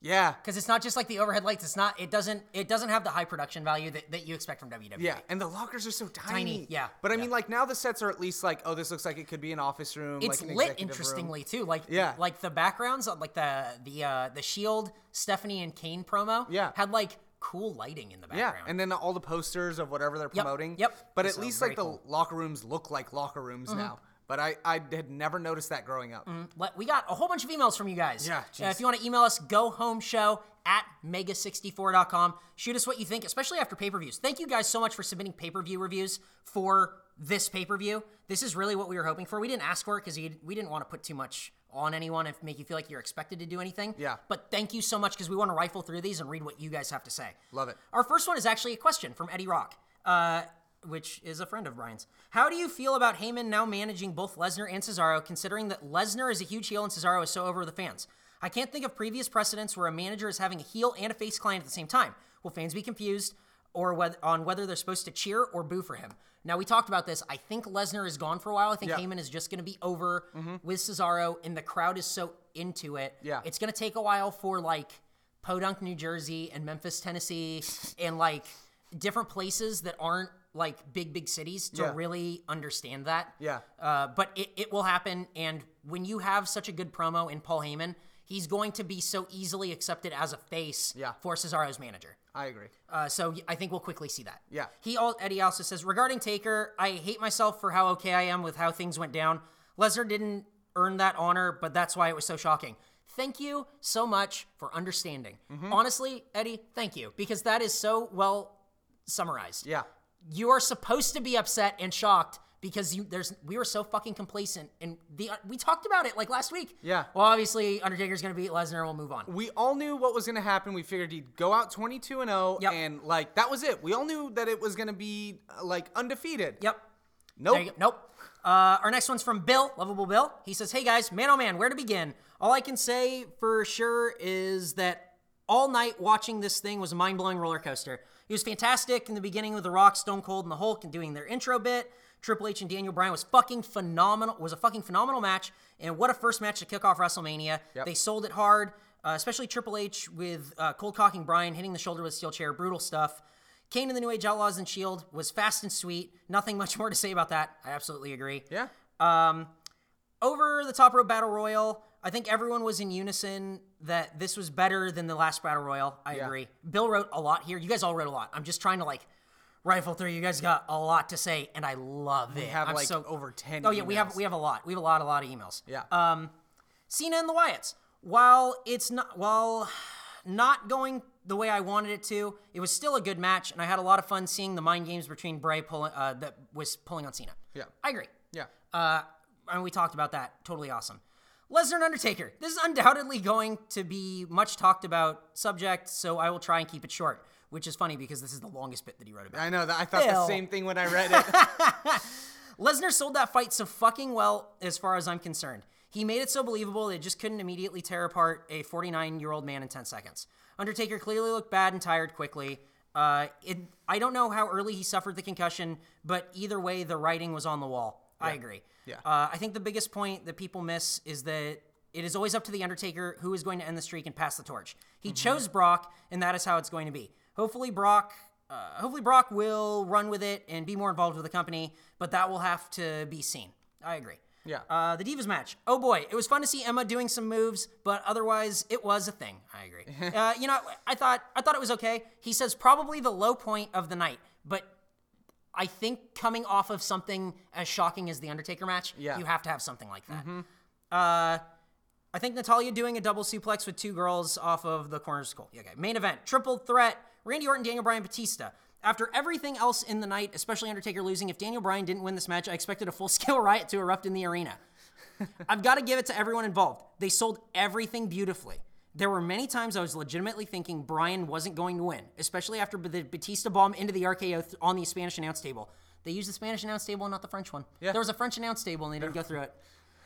Speaker 2: Yeah,
Speaker 1: because it's not just like the overhead lights. It's not. It doesn't. It doesn't have the high production value that, that you expect from E. WWE.
Speaker 2: yeah, and the lockers are so tiny.
Speaker 1: yeah,
Speaker 2: but I
Speaker 1: yeah.
Speaker 2: mean, like now the sets are at least like, oh, this looks like it could be an office room.
Speaker 1: It's
Speaker 2: like an
Speaker 1: lit
Speaker 2: executive room.
Speaker 1: interestingly too. Like
Speaker 2: Yeah.
Speaker 1: like the backgrounds, on, like the the uh, the Shield Stephanie and Kane promo.
Speaker 2: Yeah.
Speaker 1: had like cool lighting in the
Speaker 2: Yeah,
Speaker 1: background.
Speaker 2: and then all the posters of whatever they're
Speaker 1: Yep,
Speaker 2: promoting.
Speaker 1: yep.
Speaker 2: But at
Speaker 1: So
Speaker 2: least
Speaker 1: very Mm-hmm.
Speaker 2: like the locker rooms look like locker rooms now. But I, I had never noticed that growing up.
Speaker 1: Let- we got a whole bunch of emails from you guys.
Speaker 2: Yeah,
Speaker 1: Uh, if
Speaker 2: jeez.
Speaker 1: you want to email us, go home show at mega64.com. Shoot us what you think, especially after pay per views. Thank you guys so much for submitting pay per view reviews for this pay per view. This is really what we were hoping for. We didn't ask for it because we didn't want to put too much on anyone and make you feel like you're expected to do anything.
Speaker 2: Yeah.
Speaker 1: But thank you so much because we want to rifle through these and read what you guys have to say.
Speaker 2: Love it.
Speaker 1: Our first one is actually a question from Eddie Rock. Uh, which is a friend of Brian's. How do you feel about Heyman now managing both Lesnar and Cesaro, considering that Lesnar is a huge heel and Cesaro is so over the fans? I can't think of previous precedents where a manager is having a heel and a face client at the same time. Will fans be confused or whether, on whether they're supposed to cheer or boo for him? Now, we talked about this. I think Lesnar is gone for a while. I think
Speaker 2: Yeah. Mm-hmm.
Speaker 1: Heyman is just going to be over with Cesaro, and the crowd is so into it.
Speaker 2: Yeah.
Speaker 1: It's going to take a while for like Podunk, New Jersey, and Memphis,
Speaker 2: *laughs*
Speaker 1: Tennessee, and like different places that aren't like big, big cities to
Speaker 2: Yeah.
Speaker 1: really understand that.
Speaker 2: Yeah.
Speaker 1: Uh, but it, it will happen. And when you have such a good promo in Paul Heyman, he's going to be so easily accepted as a face
Speaker 2: Yeah.
Speaker 1: for Cesaro's manager.
Speaker 2: I agree.
Speaker 1: Uh, so y- I think we'll quickly see that.
Speaker 2: Yeah.
Speaker 1: He all Eddie also says regarding Taker, I hate myself for how okay I am with how things went down. Lesnar didn't earn that honor, but that's why it was so shocking. Thank you so much for understanding.
Speaker 2: Mm-hmm.
Speaker 1: Honestly, Eddie, thank you because that is so well summarized.
Speaker 2: Yeah.
Speaker 1: You are supposed to be upset and shocked because you there's we were so fucking complacent and the uh, we talked about it like last week.
Speaker 2: Yeah.
Speaker 1: Well, obviously Undertaker's going to beat Lesnar and we'll move on.
Speaker 2: We all knew what was going to happen. We figured he'd go out 22 and 0
Speaker 1: Yep.
Speaker 2: and like that was it. We all knew that it was going to be uh, like undefeated.
Speaker 1: Yep.
Speaker 2: Nope.
Speaker 1: There you go. Nope. Uh, our next one's from Bill, lovable Bill. He says, "Hey guys, man oh man, where to begin? All I can say for sure is that all night watching this thing was a mind-blowing roller coaster. It was fantastic in the beginning with The Rock, Stone Cold, and The Hulk, and doing their intro bit. Triple H and Daniel Bryan was fucking phenomenal. Was a fucking phenomenal match, and what a first match to kick off WrestleMania. They sold it hard, uh, especially Triple H with uh, cold cocking Bryan, hitting the shoulder with a steel chair, brutal stuff." Kane and the New Age Outlaws and Shield E was fast and sweet. Nothing much more to say about that. I absolutely agree.
Speaker 2: Yeah.
Speaker 1: Over the top rope battle royal, I think everyone was in unison that this was better than the last battle royal. I agree. Bill wrote a lot here. You guys all wrote a lot. I'm just trying to like rifle through. You guys got a lot to say, and I love it.
Speaker 2: We have
Speaker 1: I'm
Speaker 2: like
Speaker 1: so
Speaker 2: over 10
Speaker 1: Oh yeah, we have
Speaker 2: emails.
Speaker 1: we have a lot. We have a lot, a lot of emails.
Speaker 2: Yeah.
Speaker 1: Cena and the Wyatts. While it's not while not going the way I wanted it to, it was still a good match, and I had a lot of fun seeing the mind games between Bray pulling uh, that was pulling on Cena.
Speaker 2: Yeah.
Speaker 1: I agree.
Speaker 2: yeah.
Speaker 1: Uh, and we talked about that. Totally awesome. Lesnar and Undertaker. This is undoubtedly going to be much talked about subject, so I will try and keep it short. Which is funny because this is the longest bit that he wrote about.
Speaker 2: I know that I thought
Speaker 1: Bill.
Speaker 2: the same
Speaker 1: *laughs*
Speaker 2: thing when I read it.
Speaker 1: Lesnar sold that fight so fucking well, as far as I'm concerned. He made it so believable they just couldn't immediately tear apart a 49 year old man in 10 seconds. Undertaker clearly looked bad and tired quickly. Uh, it, I don't know how early he suffered the concussion, but either way, the writing was on the wall. I agree.
Speaker 2: Yeah.
Speaker 1: Uh, I think the biggest point that people miss is that it is always up to the Undertaker who is going to end the streak and pass the torch. He chose Brock, and that is how it's going to be. Hopefully, Brock. Uh, hopefully, Brock will run with it and be more involved with the company, but that will have to be seen. I agree.
Speaker 2: Yeah.
Speaker 1: Uh, the Divas match. Oh boy, it was fun to see Emma doing some moves, but otherwise, it was a thing. I agree. uh, you know, I thought I thought it was okay. He says probably the low point of the night, but I think coming off of something as shocking as the Undertaker match,
Speaker 2: Yeah.
Speaker 1: you have to have something like that. Uh, I think Natalia doing a double suplex with two girls off of the corner school. Okay, main event, triple threat: Randy Orton, Daniel Bryan, Batista. After everything else in the night, especially Undertaker losing, if Daniel Bryan didn't win this match, I expected a full-scale *laughs* riot to erupt in the arena. I've got to give it to everyone involved. They sold everything beautifully. There were many times I was legitimately thinking Brian wasn't going to win, especially after the Batista bomb into the RKO th- on the Spanish announce table. They used the Spanish announce table and not the French one. There was a French announce table and they didn't go through it.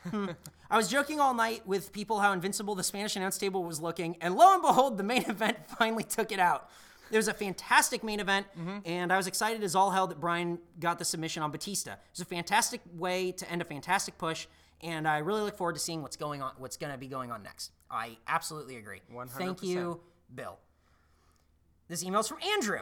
Speaker 1: Hmm. I was joking all night with people how invincible the Spanish announce table was looking, and lo and behold, the main *laughs* event finally took it out. It was a fantastic main event, and I was excited as all hell that Brian got the submission on Batista. It was a fantastic way to end a fantastic push, and I really look forward to seeing what's going on, what's going to be going on next. I absolutely agree. Thank you, Bill. This email's from Andrew.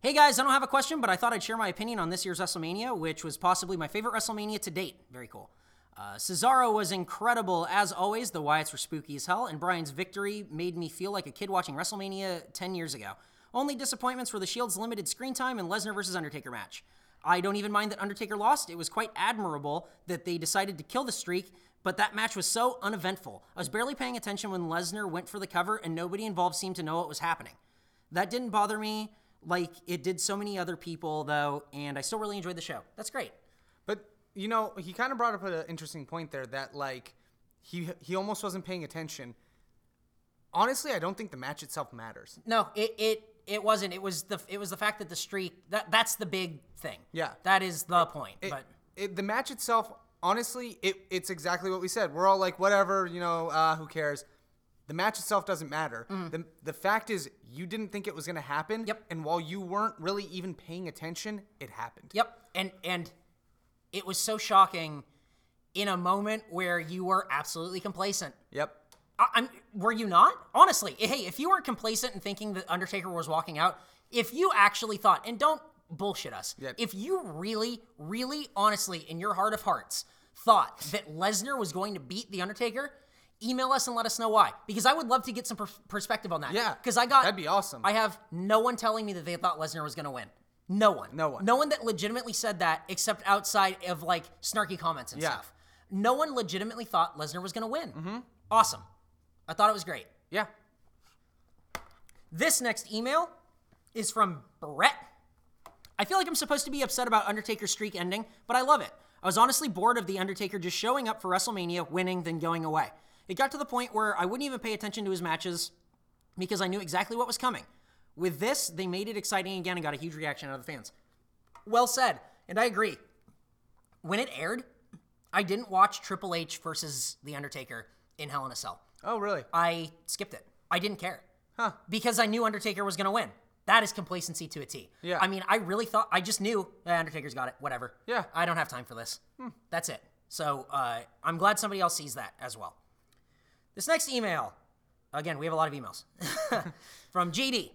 Speaker 1: Hey guys, I don't have a question, but I thought I'd share my opinion on this year's WrestleMania, which was possibly my favorite WrestleMania to date. Very cool. Uh, Cesaro was incredible as always. The Wyatts were spooky as hell, and Bryan's victory made me feel like a kid watching WrestleMania 10 years ago. Only disappointments were the Shield's limited screen time and Lesnar versus Undertaker match. I don't even mind that Undertaker lost. It was quite admirable that they decided to kill the streak, but that match was so uneventful. I was barely paying attention when Lesnar went for the cover, and nobody involved seemed to know what was happening. That didn't bother me like it did so many other people, though, and I still really enjoyed the show. That's great.
Speaker 2: But you know, he kind of brought up an interesting point there that like he he almost wasn't paying attention. Honestly, I don't think the match itself matters.
Speaker 1: No, it it It wasn't. It was the it was the fact that the streak that that's the big thing.
Speaker 2: Yeah.
Speaker 1: that is the point.
Speaker 2: It-
Speaker 1: but
Speaker 2: it, the match itself, honestly, it, it's exactly what we said. We're all like, whatever, you know, uh, who cares? The match itself doesn't matter. The, the fact is, you didn't think it was going to happen.
Speaker 1: Mm-hmm. Yep.
Speaker 2: And while you weren't really even paying attention, it happened.
Speaker 1: yep, and and it was so shocking in a moment where you were absolutely complacent.
Speaker 2: Yep.
Speaker 1: I, I'm were you not? Honestly, eh, hey, if you weren't complacent and thinking that Undertaker was walking out, if you actually thought, and don't bullshit us, if you really, really, honestly, in your heart of hearts, thought that Lesnar was going to beat the Undertaker. Email us and let us know why, because I would love to get some per- perspective on that.
Speaker 2: Yeah,
Speaker 1: because I got
Speaker 2: that'd be awesome.
Speaker 1: I have no one telling me that they thought Lesnar was going to win. No one.
Speaker 2: No one.
Speaker 1: No one that legitimately said that, except outside of like snarky comments and
Speaker 2: Yeah.
Speaker 1: stuff. No one legitimately thought Lesnar was going to win. Awesome. I thought it was great.
Speaker 2: Yeah.
Speaker 1: This next email is from Brett. I feel like I'm supposed to be upset about Undertaker's streak ending, but I love it. I was honestly bored of The Undertaker just showing up for WrestleMania, winning, then going away. It got to the point where I wouldn't even pay attention to his matches because I knew exactly what was coming. With this, they made it exciting again and got a huge reaction out of the fans. Well said, and I agree. When it aired, I didn't watch Triple H versus The Undertaker in Hell in a Cell.
Speaker 2: Oh, really?
Speaker 1: I skipped it. I didn't care. Huh. Because I knew Undertaker was going to win. That is complacency to a T.
Speaker 2: Yeah.
Speaker 1: I mean, I really thought, I just knew "Eh, Undertaker's got it, whatever.
Speaker 2: Yeah.
Speaker 1: I don't have time for this. That's it. So uh, I'm glad somebody else sees that as well. This next email, again, we have a lot of emails *laughs* from JD.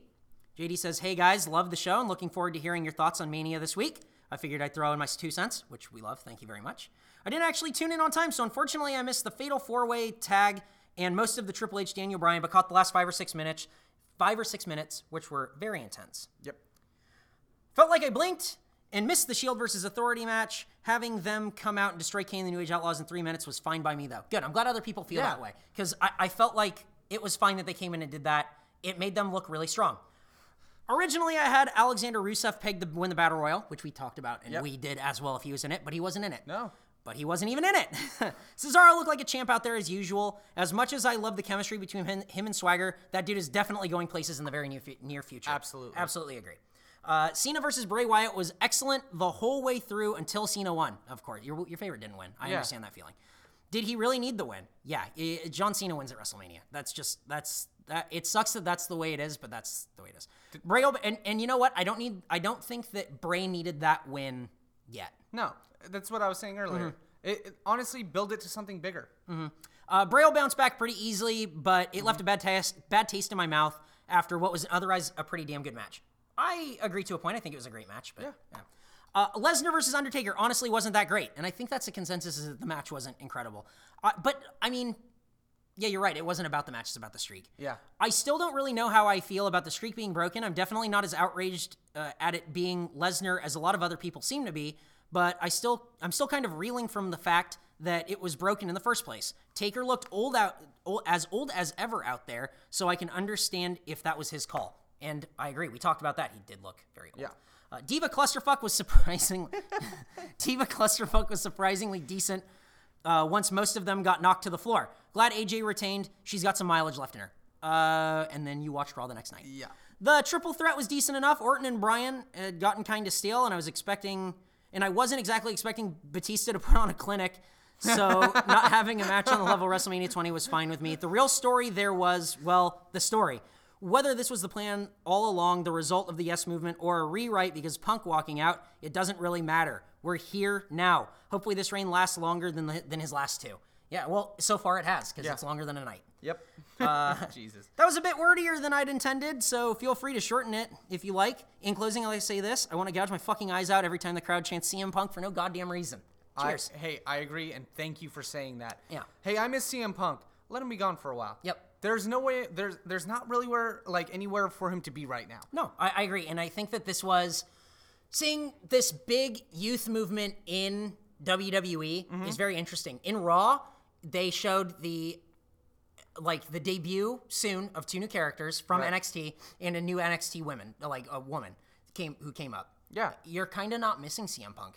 Speaker 1: JD says, Hey guys, love the show and looking forward to hearing your thoughts on Mania this week. I figured I'd throw in my two cents, which we love. Thank you very much. I didn't actually tune in on time, so unfortunately I missed the fatal four way tag and most of the Triple H Daniel Bryan, but caught the last five or six minutes, five or six minutes, which were very intense.
Speaker 2: Yep.
Speaker 1: Felt like I blinked and missed the Shield versus Authority match. Having them come out and destroy Kane and the New Age Outlaws in three minutes was fine by me, though. Good. I'm glad other people feel
Speaker 2: Yeah.
Speaker 1: that way because I, I felt like it was fine that they came in and did that. It made them look really strong. Originally, I had Alexander Rusev pegged to win the Battle Royal, which we talked about, and we did as well if he was in it, but he wasn't in it
Speaker 2: No.
Speaker 1: but he wasn't even in it. *laughs* Cesaro looked like a champ out there as usual. As much as I love the chemistry between him, him and Swagger, that dude is definitely going places in the very near, fu- near future.
Speaker 2: Absolutely.
Speaker 1: Absolutely agree. Uh, Cena versus Bray Wyatt was excellent the whole way through until Cena won, of course. Your, your favorite didn't win. I understand that feeling. Did he really need the win? Yeah, i- John Cena wins at WrestleMania. That's just that's that. It sucks that that's the way it is, but that's the way it is. Bray Ob- and and you know what? I don't need. I don't think that Bray needed that win yet.
Speaker 2: No. That's what I was saying earlier.
Speaker 1: Mm-hmm.
Speaker 2: It, it- honestly, build it to something bigger.
Speaker 1: Uh, Braille bounced back pretty easily, but it left a bad taste, bad taste in my mouth after what was otherwise a pretty damn good match. I agree to a point. I think it was a great match, but yeah. Uh, Lesnar versus Undertaker honestly wasn't that great, and I think that's the consensus is that the match wasn't incredible. Uh, but I mean, yeah, you're right. It wasn't about the match; it's about the streak.
Speaker 2: Yeah.
Speaker 1: I still don't really know how I feel about the streak being broken. I'm definitely not as outraged uh, at it being Lesnar as a lot of other people seem to be, but I still I'm still kind of reeling from the fact that it was broken in the first place. Taker looked old out old, as old as ever out there, so I can understand if that was his call. And I agree. We talked about that. He did look very old.
Speaker 2: Yeah.
Speaker 1: Uh, Diva Clusterfuck was surprising. *laughs* Diva Clusterfuck was surprisingly decent uh, once most of them got knocked to the floor. Glad AJ retained. She's got some mileage left in her. Uh, and then you watched Raw the next night. Yeah. The triple threat was decent enough. Orton and Bryan had gotten kind of stale, and I was expecting, and I wasn't exactly expecting Batista to put on a clinic. So not having a match on the level of WrestleMania 20 was fine with me. The real story there was, well, the story. Whether this was the plan all along, the result of the Yes Movement, or a rewrite because Punk walking out, it doesn't really matter. We're here now. Hopefully, this reign lasts longer than the, than his last two. Yeah, well, so far it has because it's longer than a night. *laughs*
Speaker 2: Yep. Uh, Jesus.
Speaker 1: That was a bit wordier than I'd intended, so feel free to shorten it if you like. In closing, I'll say this: I want to gouge my fucking eyes out every time the crowd chants CM Punk for no goddamn reason. Cheers.
Speaker 2: I, hey, I agree, and thank you for saying that.
Speaker 1: Yeah.
Speaker 2: Hey, I miss CM Punk. Let him be gone for a while.
Speaker 1: Yep.
Speaker 2: There's no way. There's there's not really where like anywhere for him to be right now.
Speaker 1: No, I, I agree. And I think that this was seeing this big youth movement in WWE
Speaker 2: Mm-hmm.
Speaker 1: is very interesting. In Raw, they showed the like the debut soon of two new characters from NXT and a new NXT women, like a woman came who came up.
Speaker 2: Yeah.
Speaker 1: You're kind of not missing CM Punk.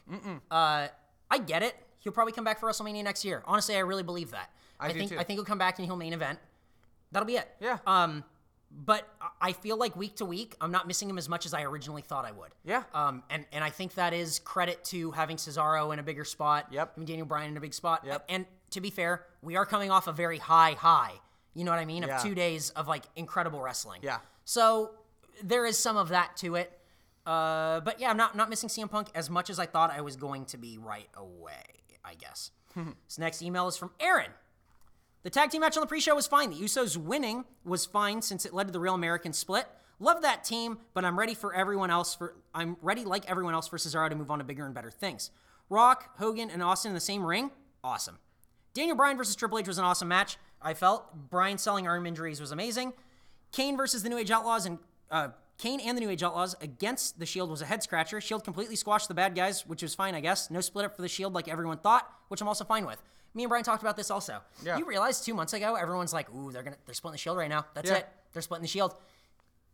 Speaker 1: Uh, I get it. He'll probably come back for WrestleMania next year. Honestly, I really believe that. I,
Speaker 2: do
Speaker 1: think
Speaker 2: too. Uh,
Speaker 1: I think he'll come back and he'll main event. That'll be it.
Speaker 2: Yeah.
Speaker 1: Um, but I- I feel like week to week, I'm not missing him as much as I originally thought I would.
Speaker 2: Yeah.
Speaker 1: Um, and, and I think that is credit to having Cesaro in a bigger spot.
Speaker 2: Yep.
Speaker 1: And Daniel Bryan in a big spot.
Speaker 2: Yep.
Speaker 1: And to be fair, we are coming off a very high high. You know what I mean? Of
Speaker 2: Yeah.
Speaker 1: two days of like incredible wrestling.
Speaker 2: Yeah.
Speaker 1: So there is some of that to it. Uh, but yeah, I'm not not missing CM Punk as much as I thought I was going to be right away. I
Speaker 2: *laughs*
Speaker 1: guess. this next email is from Aaron. The tag team match on the pre-show was fine. The Usos winning was fine since it led to the Real American Split. Love that team, but I'm ready for everyone else. For I'm ready, like everyone else, for Cesaro to move on to bigger and better things. Rock, Hogan, and Austin in the same ring, awesome. Daniel Bryan versus Triple H was an awesome match. I felt Bryan selling arm injuries was amazing. Kane versus the New Age Outlaws and uh, Kane and the New Age Outlaws against the Shield was a head scratcher. Shield completely squashed the bad guys, which was fine, I guess. No split up for the Shield like everyone thought, which I'm also fine with. Me and Brian talked about this also.
Speaker 2: Yeah.
Speaker 1: You realize two months ago, everyone's like, "Ooh, they're gonna they're splitting the Shield right now. That's
Speaker 2: Yeah.
Speaker 1: it. They're splitting the Shield."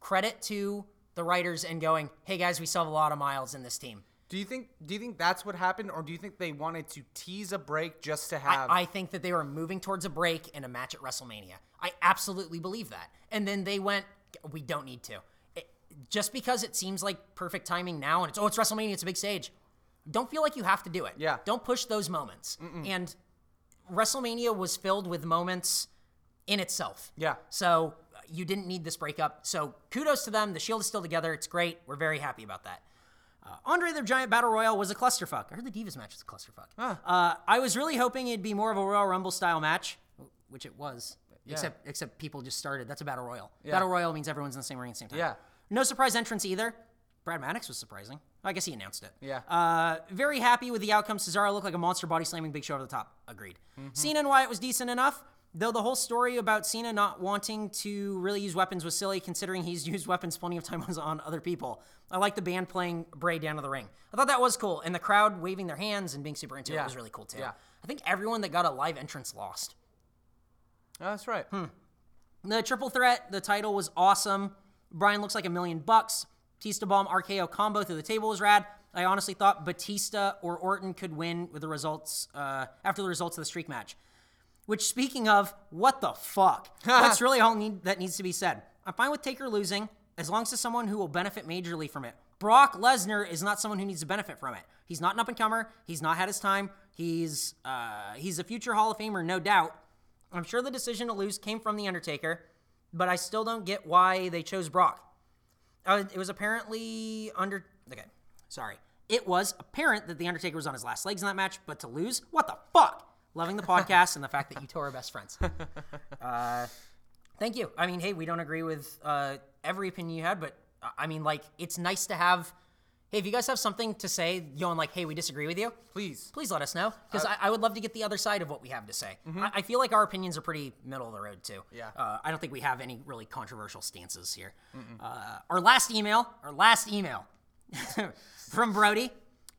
Speaker 1: Credit to the writers and going, "Hey guys, we still have a lot of miles in this team."
Speaker 2: Do you think do you think that's what happened, or do you think they wanted to tease a break just to have?
Speaker 1: I, I think that they were moving towards a break and a match at WrestleMania. I absolutely believe that. And then they went, we don't need to. It- just because it seems like perfect timing now and it's, oh, it's WrestleMania, it's a big stage. Don't feel like you have to do it.
Speaker 2: Yeah.
Speaker 1: Don't push those moments. And WrestleMania was filled with moments in itself.
Speaker 2: Yeah.
Speaker 1: So uh, you didn't need this breakup. So kudos to them. The Shield is still together. It's great. We're very happy about that. Uh, Andre the Giant Battle Royal was a clusterfuck. I heard the Divas match was a clusterfuck. Uh, I was really hoping it'd be more of a Royal Rumble style match, which it was. Except, except people just started. That's a Battle Royal. Battle Royal means everyone's in the same ring at the same time.
Speaker 2: Yeah.
Speaker 1: No surprise entrance either. Brad Maddox was surprising. I guess he announced it.
Speaker 2: Yeah.
Speaker 1: Uh, very happy with the outcome. Cesaro looked like a monster body slamming Big Show over the top. Agreed.
Speaker 2: Mm-hmm.
Speaker 1: Cena and Wyatt was decent enough, though the whole story about Cena not wanting to really use weapons was silly, considering he's *laughs* used weapons plenty of times on other people. I like the band playing Bray down to the ring. I thought that was cool, and the crowd waving their hands and being super into it
Speaker 2: Yeah.
Speaker 1: was really cool too.
Speaker 2: Yeah.
Speaker 1: I think everyone that got a live entrance lost.
Speaker 2: Oh, that's right.
Speaker 1: hmm. The triple threat, the title was awesome. Brian looks like a million bucks. Batista bomb RKO combo through the table was rad. I honestly thought Batista or Orton could win with the results uh, after the results of the streak match. Which, speaking of, what the fuck? That's really all need, that needs to be said. I'm fine with Taker losing as long as it's someone who will benefit majorly from it. Brock Lesnar is not someone who needs to benefit from it. He's not an up and comer. He's not had his time. He's uh, he's a future Hall of Famer, no doubt. I'm sure the decision to lose came from the Undertaker, but I still don't get why they chose Brock. Uh, it was apparently under. Okay, sorry. It was apparent that The Undertaker was on his last legs in that match, but to lose, what the fuck? Loving the podcast and the fact that you two are best friends. Uh, thank you. I mean, hey, we don't agree with uh, every opinion you had, but uh, I mean, like, it's nice to have. Hey, if you guys have something to say, yo, and like, hey, we disagree with you,
Speaker 2: Please.
Speaker 1: please let us know because I, I would love to get the other side of what we have to say. I, I feel like our opinions are pretty middle of the road too.
Speaker 2: Mm-hmm. Yeah.
Speaker 1: Uh, I don't think we have any really controversial stances here. Uh, our last email, our last email *laughs* from Brody.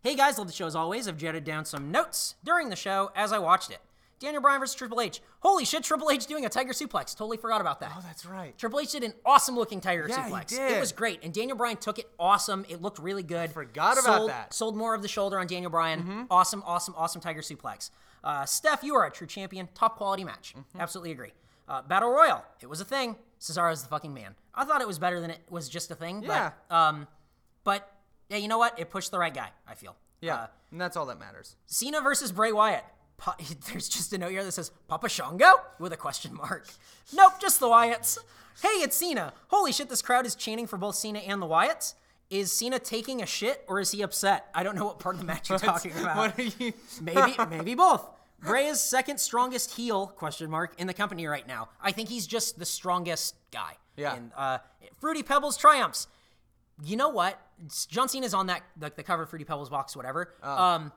Speaker 1: Hey guys, love the show as always. I've jotted down some notes during the show as I watched it. Daniel Bryan versus Triple H. Holy shit, Triple H doing a tiger suplex. Totally forgot about that.
Speaker 2: Oh, that's right.
Speaker 1: Triple H did an awesome looking Tiger
Speaker 2: Yeah, he
Speaker 1: suplex. It
Speaker 2: did.
Speaker 1: was great. And Daniel Bryan took it awesome. It looked really good.
Speaker 2: forgot about
Speaker 1: sold,
Speaker 2: that.
Speaker 1: Sold more of the shoulder on Daniel Bryan.
Speaker 2: Mm-hmm.
Speaker 1: Awesome, awesome, awesome Tiger suplex. Uh, Steph, you are a true champion. Top quality match.
Speaker 2: Mm-hmm.
Speaker 1: Absolutely agree. Uh, Battle Royal. It was a thing. Cesaro's the fucking man. I thought it was better than it was just a thing.
Speaker 2: Yeah.
Speaker 1: But, um, but yeah, you know what? It pushed the right guy, I feel.
Speaker 2: Yeah,
Speaker 1: Uh,
Speaker 2: and that's all that
Speaker 1: *laughs*
Speaker 2: matters. *laughs*
Speaker 1: Cena versus Bray Wyatt. Pa- *laughs* There's just a note here that says Papa Shango with a question mark. *laughs* Nope, just the Wyatts. Hey, it's Cena. Holy shit, this crowd is chanting for both Cena and the Wyatts. Is Cena taking a shit or is he upset? I don't know what part of the match you're talking about.
Speaker 2: What are you?
Speaker 1: maybe maybe both. Bray is second strongest heel question mark in the company right now. I think he's just the strongest guy.
Speaker 2: Yeah.
Speaker 1: And uh, Fruity Pebbles triumphs. You know what? John Cena's on that like the cover of Fruity Pebbles box, whatever.
Speaker 2: Oh.
Speaker 1: Um,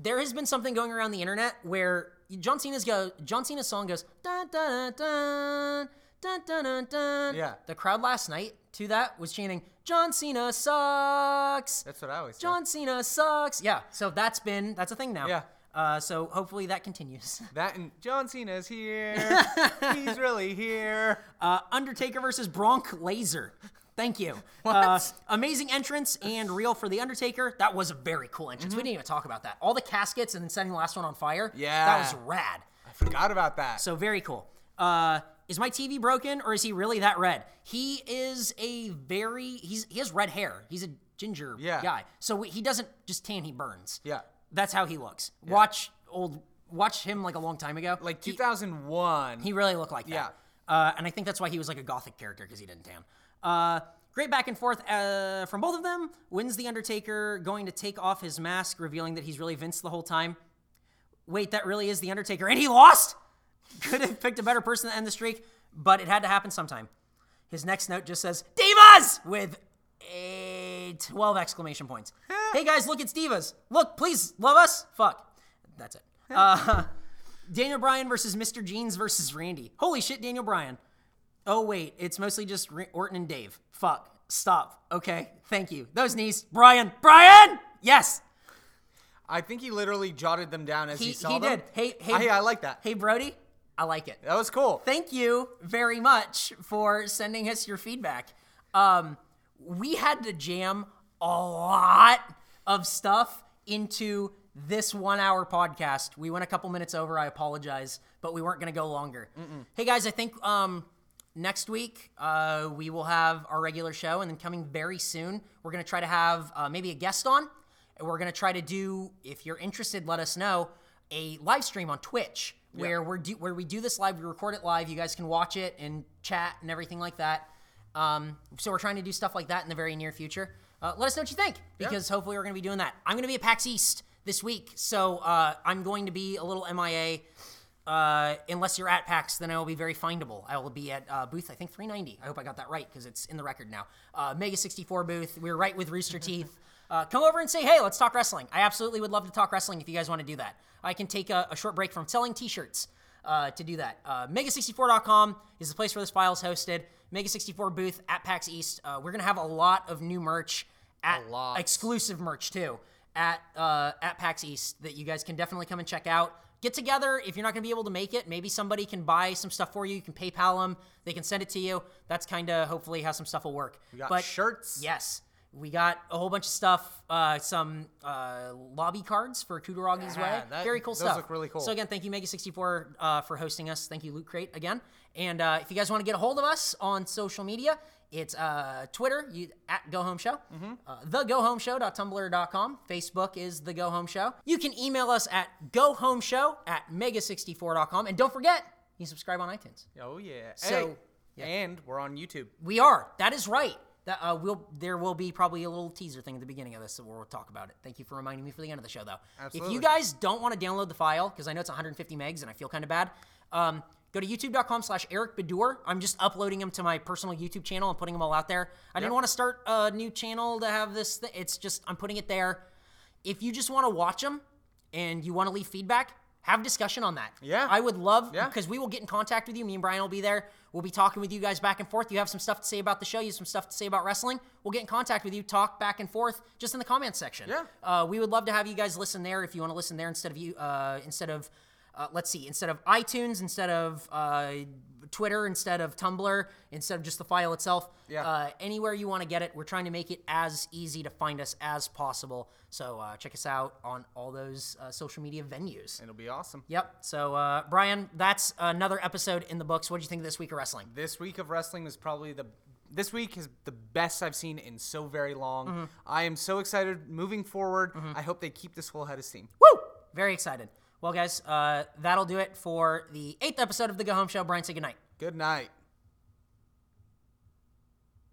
Speaker 1: there has been something going around the internet where John Cena's go John Cena's song goes dun dun dun dun dun dun dun.
Speaker 2: Yeah.
Speaker 1: The crowd last night to that was chanting John Cena sucks.
Speaker 2: That's what I always. say.
Speaker 1: John Cena sucks. Yeah. So that's been that's a thing now.
Speaker 2: Yeah.
Speaker 1: Uh, so hopefully that continues. *laughs*
Speaker 2: That and John Cena's here. He's really here.
Speaker 1: Uh, Undertaker versus Bronk Laser. Thank
Speaker 2: *laughs*
Speaker 1: you. Uh, amazing entrance and real for the Undertaker. That was a very cool entrance. We didn't even talk about that. All the caskets and then setting the last one on fire.
Speaker 2: Mm-hmm. Yeah.
Speaker 1: That was rad.
Speaker 2: I forgot about that.
Speaker 1: So very cool. Uh, Is my TV broken or is he really that red? He is a very he's he has red hair. He's a ginger
Speaker 2: Yeah.
Speaker 1: guy. So he doesn't just tan, he burns.
Speaker 2: Yeah.
Speaker 1: That's how he looks. Watch old watch him like a long time ago.
Speaker 2: Like
Speaker 1: he,
Speaker 2: 2001.
Speaker 1: he really looked like that.
Speaker 2: Yeah.
Speaker 1: Uh, and I think that's why he was like a gothic character because he didn't tan. Uh, great back and forth uh, from both of them. Wins the Undertaker going to take off his mask, revealing that he's really Vince the whole time. Wait, that really is the Undertaker, and he lost. Could have picked a better person to end the streak, but it had to happen sometime. His next note just says "Divas" with a twelve exclamation points. hey guys, look, it's Divas. Look, please love us. Fuck, that's it. Uh, Daniel Bryan versus Mr. Jeans versus Randy. Holy shit, Daniel Bryan. Oh, wait, it's mostly just Ra- Orton and Dave. Fuck. Stop. Okay, thank you. Those knees. Bryan. Bryan! Yes!
Speaker 2: I think he literally jotted them down as he,
Speaker 1: He,
Speaker 2: saw
Speaker 1: he
Speaker 2: them.
Speaker 1: did. Hey, hey,
Speaker 2: I, I like that.
Speaker 1: Hey, Brody. I like it.
Speaker 2: That was cool.
Speaker 1: Thank you very much for sending us your feedback. Um, we had to jam a lot of stuff into this one hour podcast. We went a couple minutes over. I apologize, but we weren't going to go longer. Hey, guys, I think um, next week uh, we will have our regular show, and then coming very soon, we're going to try to have uh, maybe a guest on. And We're going to try to do, if you're interested, let us know, a live stream on Twitch where we're do, where we do this live, we record it live. You guys can watch it and chat and everything like that. Um, so we're trying to do stuff like that in the very near future. Uh, let us know what you think because hopefully we're going to be doing that. I'm going to be at PAX East this week, so uh, I'm going to be a little MIA. Uh, unless you're at PAX, then I will be very findable. I will be at uh, booth, I think 390. I hope I got that right because it's in the record now. Uh, Mega 64 booth. We were right with Rooster Teeth. Uh, come over and say, hey, let's talk wrestling. I absolutely would love to talk wrestling if you guys want to do that. I can take a, a short break from selling t shirts uh, to do that. Uh, Mega64.com is the place where this file is hosted. Mega64 booth at PAX East. Uh, we're going to have a lot of new merch at
Speaker 2: lot.
Speaker 1: exclusive merch too at uh, at PAX East that you guys can definitely come and check out. Get together if you're not going to be able to make it. Maybe somebody can buy some stuff for you. You can PayPal them. They can send it to you. That's kind of hopefully how some stuff will work.
Speaker 2: We got
Speaker 1: but
Speaker 2: shirts.
Speaker 1: yes, we got a whole bunch of stuff. Uh, some uh, lobby cards for Kudaragi's
Speaker 2: Yeah,
Speaker 1: Way.
Speaker 2: that-
Speaker 1: Very cool
Speaker 2: those
Speaker 1: stuff.
Speaker 2: look really cool.
Speaker 1: So again, thank you Mega64 uh, for hosting us. Thank you Loot Crate again. And uh, if you guys want to get a hold of us on social media, it's uh, Twitter you, at Go Home Show,
Speaker 2: Mm-hmm.
Speaker 1: uh, thegohomeshow.tumblr.com. Facebook is the Go Home Show. You can email us at gohomeshow at mega64.com. And don't forget, you subscribe on iTunes.
Speaker 2: Oh yeah.
Speaker 1: So-
Speaker 2: hey. and we're on YouTube.
Speaker 1: We are. That is right. That uh, will there will be probably a little teaser thing at the beginning of this where we'll talk about it. Thank you for reminding me for the end of the show though. If
Speaker 2: Absolutely.
Speaker 1: you guys don't want to download the file because I know it's 150 megs and I feel kind of bad, um, go to YouTube.com/slash Eric Bedour. I'm just uploading them to my personal YouTube channel and putting them all out there. I didn't want to start a new channel to have this. Th- it's just I'm putting it there. If you just want to watch them and you want to leave feedback, have discussion on that.
Speaker 2: Yeah.
Speaker 1: I would love
Speaker 2: Yeah.
Speaker 1: because we will get in contact with you. Me and Brian will be there. We'll be talking with you guys back and forth. You have some stuff to say about the show. You have some stuff to say about wrestling. We'll get in contact with you, talk back and forth, just in the comments section.
Speaker 2: Yeah.
Speaker 1: Uh, we would love to have you guys listen there if you want to listen there instead of you uh, instead of uh, let's see instead of iTunes instead of uh, Twitter instead of Tumblr instead of just the file itself.
Speaker 2: Yeah.
Speaker 1: Uh, anywhere you want to get it, we're trying to make it as easy to find us as possible. So uh, check us out on all those uh, social media venues.
Speaker 2: It'll be awesome.
Speaker 1: Yep. So, uh, Brian, that's another episode in the books. What do you think of this week of wrestling?
Speaker 2: This week of wrestling was probably the this week is the best I've seen in so very long.
Speaker 1: Mm-hmm.
Speaker 2: I am so excited moving forward. I hope they keep this full head of steam.
Speaker 1: Woo! Very excited. Well, guys, uh, that'll do it for the eighth episode of the Go Home Show. Brian, say goodnight.
Speaker 2: Good night.